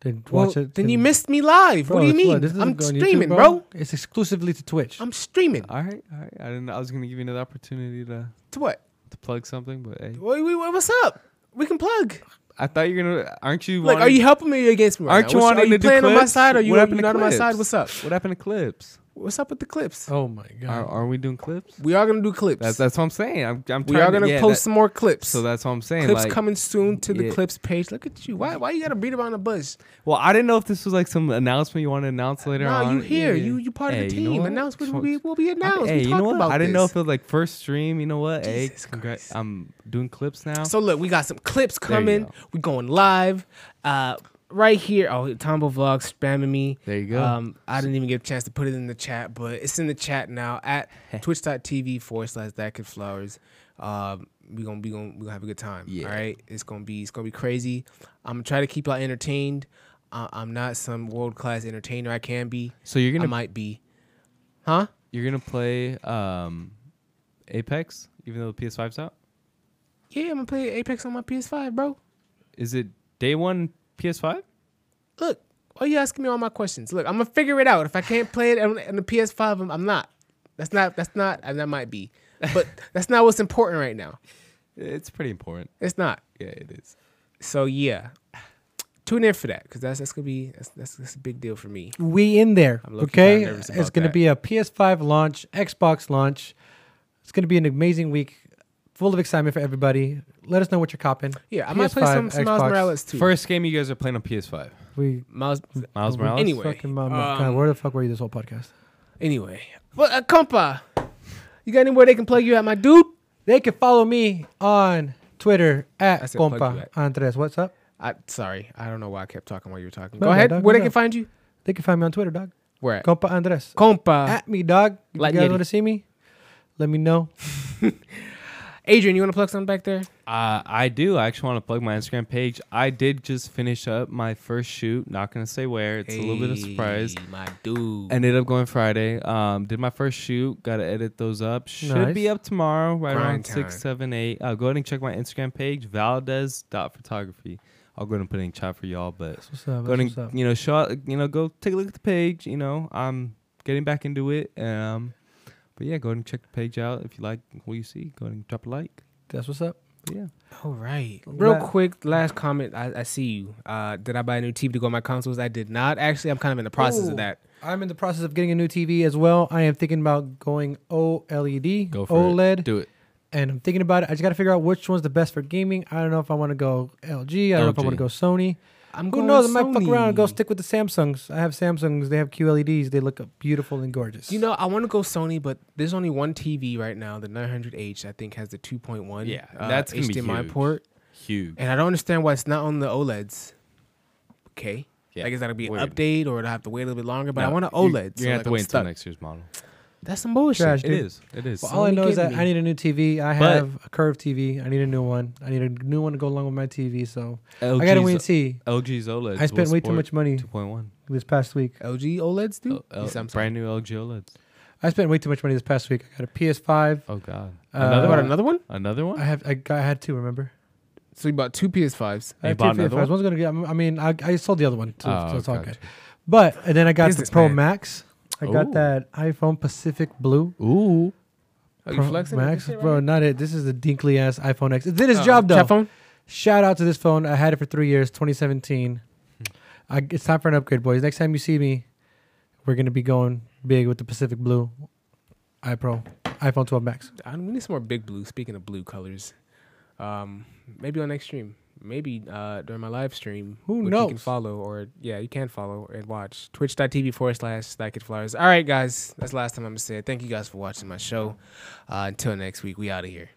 S2: Then
S1: Well,
S2: watch it.
S1: then you missed me live.
S2: Bro,
S1: what do you
S2: it's-
S1: mean?
S2: this doesn't
S1: I'm
S2: go on YouTube,
S1: streaming, bro.
S2: It's exclusively to Twitch.
S1: I'm streaming.
S3: All right, all right. I didn't. I was gonna give you another opportunity to
S1: To what?
S3: to plug something, but hey,
S1: What- what- What's up? We can plug.
S3: I thought you're gonna. Aren't you?
S1: Like, are
S3: wanting-
S1: you helping me or against me? Right
S3: Aren't
S1: now?
S3: you
S1: What's-
S3: wanting
S1: Are you
S3: to do
S1: playing on my
S3: clips?
S1: side? Or are you,
S3: What
S1: are
S3: happened
S1: you
S3: to
S1: not on my
S3: clips?
S1: side? What's up?
S3: What happened to clips?
S1: What's up with the clips?
S2: oh my god.
S3: Are, are we doing clips?
S1: We are gonna do clips.
S3: That's that's what I'm saying. I'm I'm
S1: we
S3: trying
S1: are gonna
S3: to, yeah,
S1: post
S3: that-
S1: some more clips.
S3: so that's what I'm saying.
S1: clips
S3: like,
S1: coming soon to the
S3: yeah.
S1: clips page. Look at you. Why? Why you gotta beat around the bush?
S3: well, I didn't know if this was like some announcement you want to announce later
S1: Nah,
S3: on.
S1: you here.
S3: Yeah, yeah.
S1: You you part
S3: Hey,
S1: of the
S3: you know
S1: team.
S3: what?
S1: Announce what
S3: Just
S1: will
S3: want-
S1: be will be announced.
S3: Hey,
S1: we
S3: you
S1: talked
S3: know what?
S1: About
S3: I didn't know
S1: this.
S3: if it was like first stream. You know what?
S1: Jesus
S3: hey, congrats.
S1: Christ.
S3: I'm doing clips now.
S1: So look, we got some clips
S3: you
S1: coming.
S3: go.
S1: We're going live. Uh right here. Oh Tombo Vlog spamming me.
S3: There you go.
S1: Um I didn't even get a chance to put it in the chat, but it's in the chat now at twitch.tv forward slash that kid flowers. Um we're gonna be gonna we're gonna have a good time.
S3: Yeah.
S1: All right. It's gonna be it's gonna be crazy. I'm gonna try to keep y'all entertained. Uh, I'm not some world class entertainer. I can be.
S3: So you're
S1: I
S3: gonna
S1: might be. Huh?
S3: you're gonna play um, Apex, even though the PS5's out.
S1: Yeah, I'm gonna play Apex on my PS5, bro.
S3: Is it day one PS5?
S1: look, why you asking me all my questions? Look, I'm gonna figure it out. If I can't play it on, on the PS5, I'm, I'm not. That's not. That's not. And that might be, but that's not what's important right now.
S3: It's pretty important.
S1: It's not.
S3: Yeah, it is.
S1: So yeah, tune in for that because that's that's gonna be that's, that's that's a big deal for me.
S2: we in there.
S1: I'm low-key
S2: Okay,
S1: kinda nervous about
S2: it's going to
S1: that.
S2: be a PS5 launch, Xbox launch. It's going to be an amazing week, full of excitement for everybody. Let us know what you're copping.
S1: Yeah, I might play
S2: PS5,
S1: some, some Miles
S2: Xbox.
S1: Morales too.
S3: First game you guys are playing on PS5.
S2: We
S1: Miles.
S3: Miles
S2: we-
S3: Morales.
S1: Anyway,
S2: fucking mom, God,
S1: um,
S2: where the fuck were you this whole podcast?
S1: Anyway, well, uh, compa, you got anywhere they can plug you at, my dude?
S2: They can follow me on Twitter at
S1: I said plug you
S2: compa
S1: at.
S2: Andres. What's up?
S1: I sorry, I don't know why I kept talking while you were talking.
S2: No,
S1: Go
S2: no,
S1: ahead.
S2: dog,
S1: Where
S2: no,
S1: they
S2: no.
S1: can find you?
S2: They can find me on Twitter, dog.
S1: Where at?
S2: Compa Andres.
S1: Compa.
S2: at me, dog. If
S1: Like
S2: you guys
S1: Uh, Yeti.
S2: want to see me? Let me know.
S1: Adrian, you want to plug something back there?
S3: Uh, I do. I actually want to plug my Instagram page. I did just finish up my first shoot. Not gonna say where. It's a little bit of a surprise.
S1: Hey, my dude.
S3: Ended up going Friday. Um, did my first shoot. Got to edit those up. Should
S2: Nice.
S3: be up tomorrow, right
S1: Grind
S3: around six,
S1: time.
S3: seven, eight. Uh, go ahead and check my Instagram page, Valdez.photography. I'll go ahead and put it in chat for y'all. But
S2: That's what's up.
S3: go
S2: That's
S3: ahead
S2: what's
S3: and
S2: up.
S3: you know show out, you know go take a look at the page you know i'm getting back into it um but yeah go ahead and check the page out if you like what you see go ahead and drop a like
S2: That's what's up.
S3: but yeah
S1: All right.
S2: Well,
S1: Real
S2: that-
S1: quick, last comment. I, I see you. Uh, did I buy a new TV to go on my consoles? I did not. Actually, I'm kind of in the process
S2: Ooh.
S1: of that.
S2: I'm in the process of getting a new TV as well. I am thinking about going E OLED,
S3: go for
S2: OLED,
S3: it. do it
S2: and I'm thinking about it. I just got to figure out which one's the best for gaming. I don't know if I want to go LG. I don't know if I
S3: LG.
S2: want to go Sony.
S1: I'm
S2: Who
S1: going
S2: knows? I might fuck around and go
S1: Sony.
S2: stick with the Samsungs. I have Samsungs. They have QLEDs. They look beautiful and gorgeous.
S1: You know, I want to go Sony, but there's only one TV right now. The 900H, I think, has the 2.1
S3: Yeah,
S1: uh,
S3: that's gonna be
S1: HDMI
S3: huge.
S1: port,
S3: huge
S1: and I don't understand why it's not on the OLEDs. Okay.
S3: Yeah,
S1: Like, is that gonna be an
S3: weird.
S1: update, or do I have to wait a little bit longer? But I
S3: No,
S1: want an
S2: E
S3: you-
S1: OLED.
S3: you're gonna have
S1: like,
S3: to
S1: I'm
S3: wait until
S1: stuck.
S3: next year's model
S1: That's some bullshit.
S2: Trash.
S3: It
S2: Dude.
S3: is. It is.
S2: Well, all I
S1: you
S2: know is that
S1: kidding
S2: I
S1: me?
S2: need a new TV. I
S3: But-
S2: have a curved TV. I need a new one. I need a new one to go along with my TV. So I
S3: LG's
S2: gotta wait and see.
S3: LG's OLEDs.
S2: I spent
S3: E will
S2: way too
S3: support
S2: much money
S3: 2.1.
S2: this past week.
S1: LG OLEDs, E dude.
S3: Oh, L-
S1: Yes, I'm sorry.
S3: brand new LG OLEDs.
S2: I spent way too much money this past week. I got a PS5.
S3: E Oh God.
S2: Uh,
S1: You bought
S3: another one.
S1: another one?
S3: Another one.
S2: I have I, got, I had two. Remember?
S1: So you bought two PS5s.
S2: I
S3: You
S2: had two
S3: bought another
S2: PS5s.
S3: one?
S2: One's gonna get. I mean, I, I sold the other one, too,
S3: Oh,
S2: so it's all
S3: gotcha.
S2: good. But and then I got the
S1: Business
S2: Pro
S1: man.
S2: Max. I got
S3: Ooh.
S2: that iPhone Pacific Blue.
S3: Ooh.
S1: Are
S2: Pro
S1: you flexing? with
S2: Max,
S1: this shit
S2: bro,
S1: right
S2: not it. This is a dinkly ass iPhone X. It did
S1: now?
S2: its
S1: Oh,
S2: job though.
S1: chat phone?
S2: Shout out to this phone. I had it for three years, 2017. I, it's time for an upgrade, boys. Next time you see me, we're gonna be going big with the Pacific Blue, iPro, iPhone 12 Max.
S1: I, we need some more big blue. Speaking of blue colors, um, maybe on next stream, maybe uh, during my live stream,
S2: Who
S1: which You can
S2: knows?
S1: follow or yeah, you can follow and watch twitch.tv forward slash Stack Flowers. All right, guys, that's the last time I'm gonna say it. Thank you guys for watching my show. Uh, until next week, we out of here.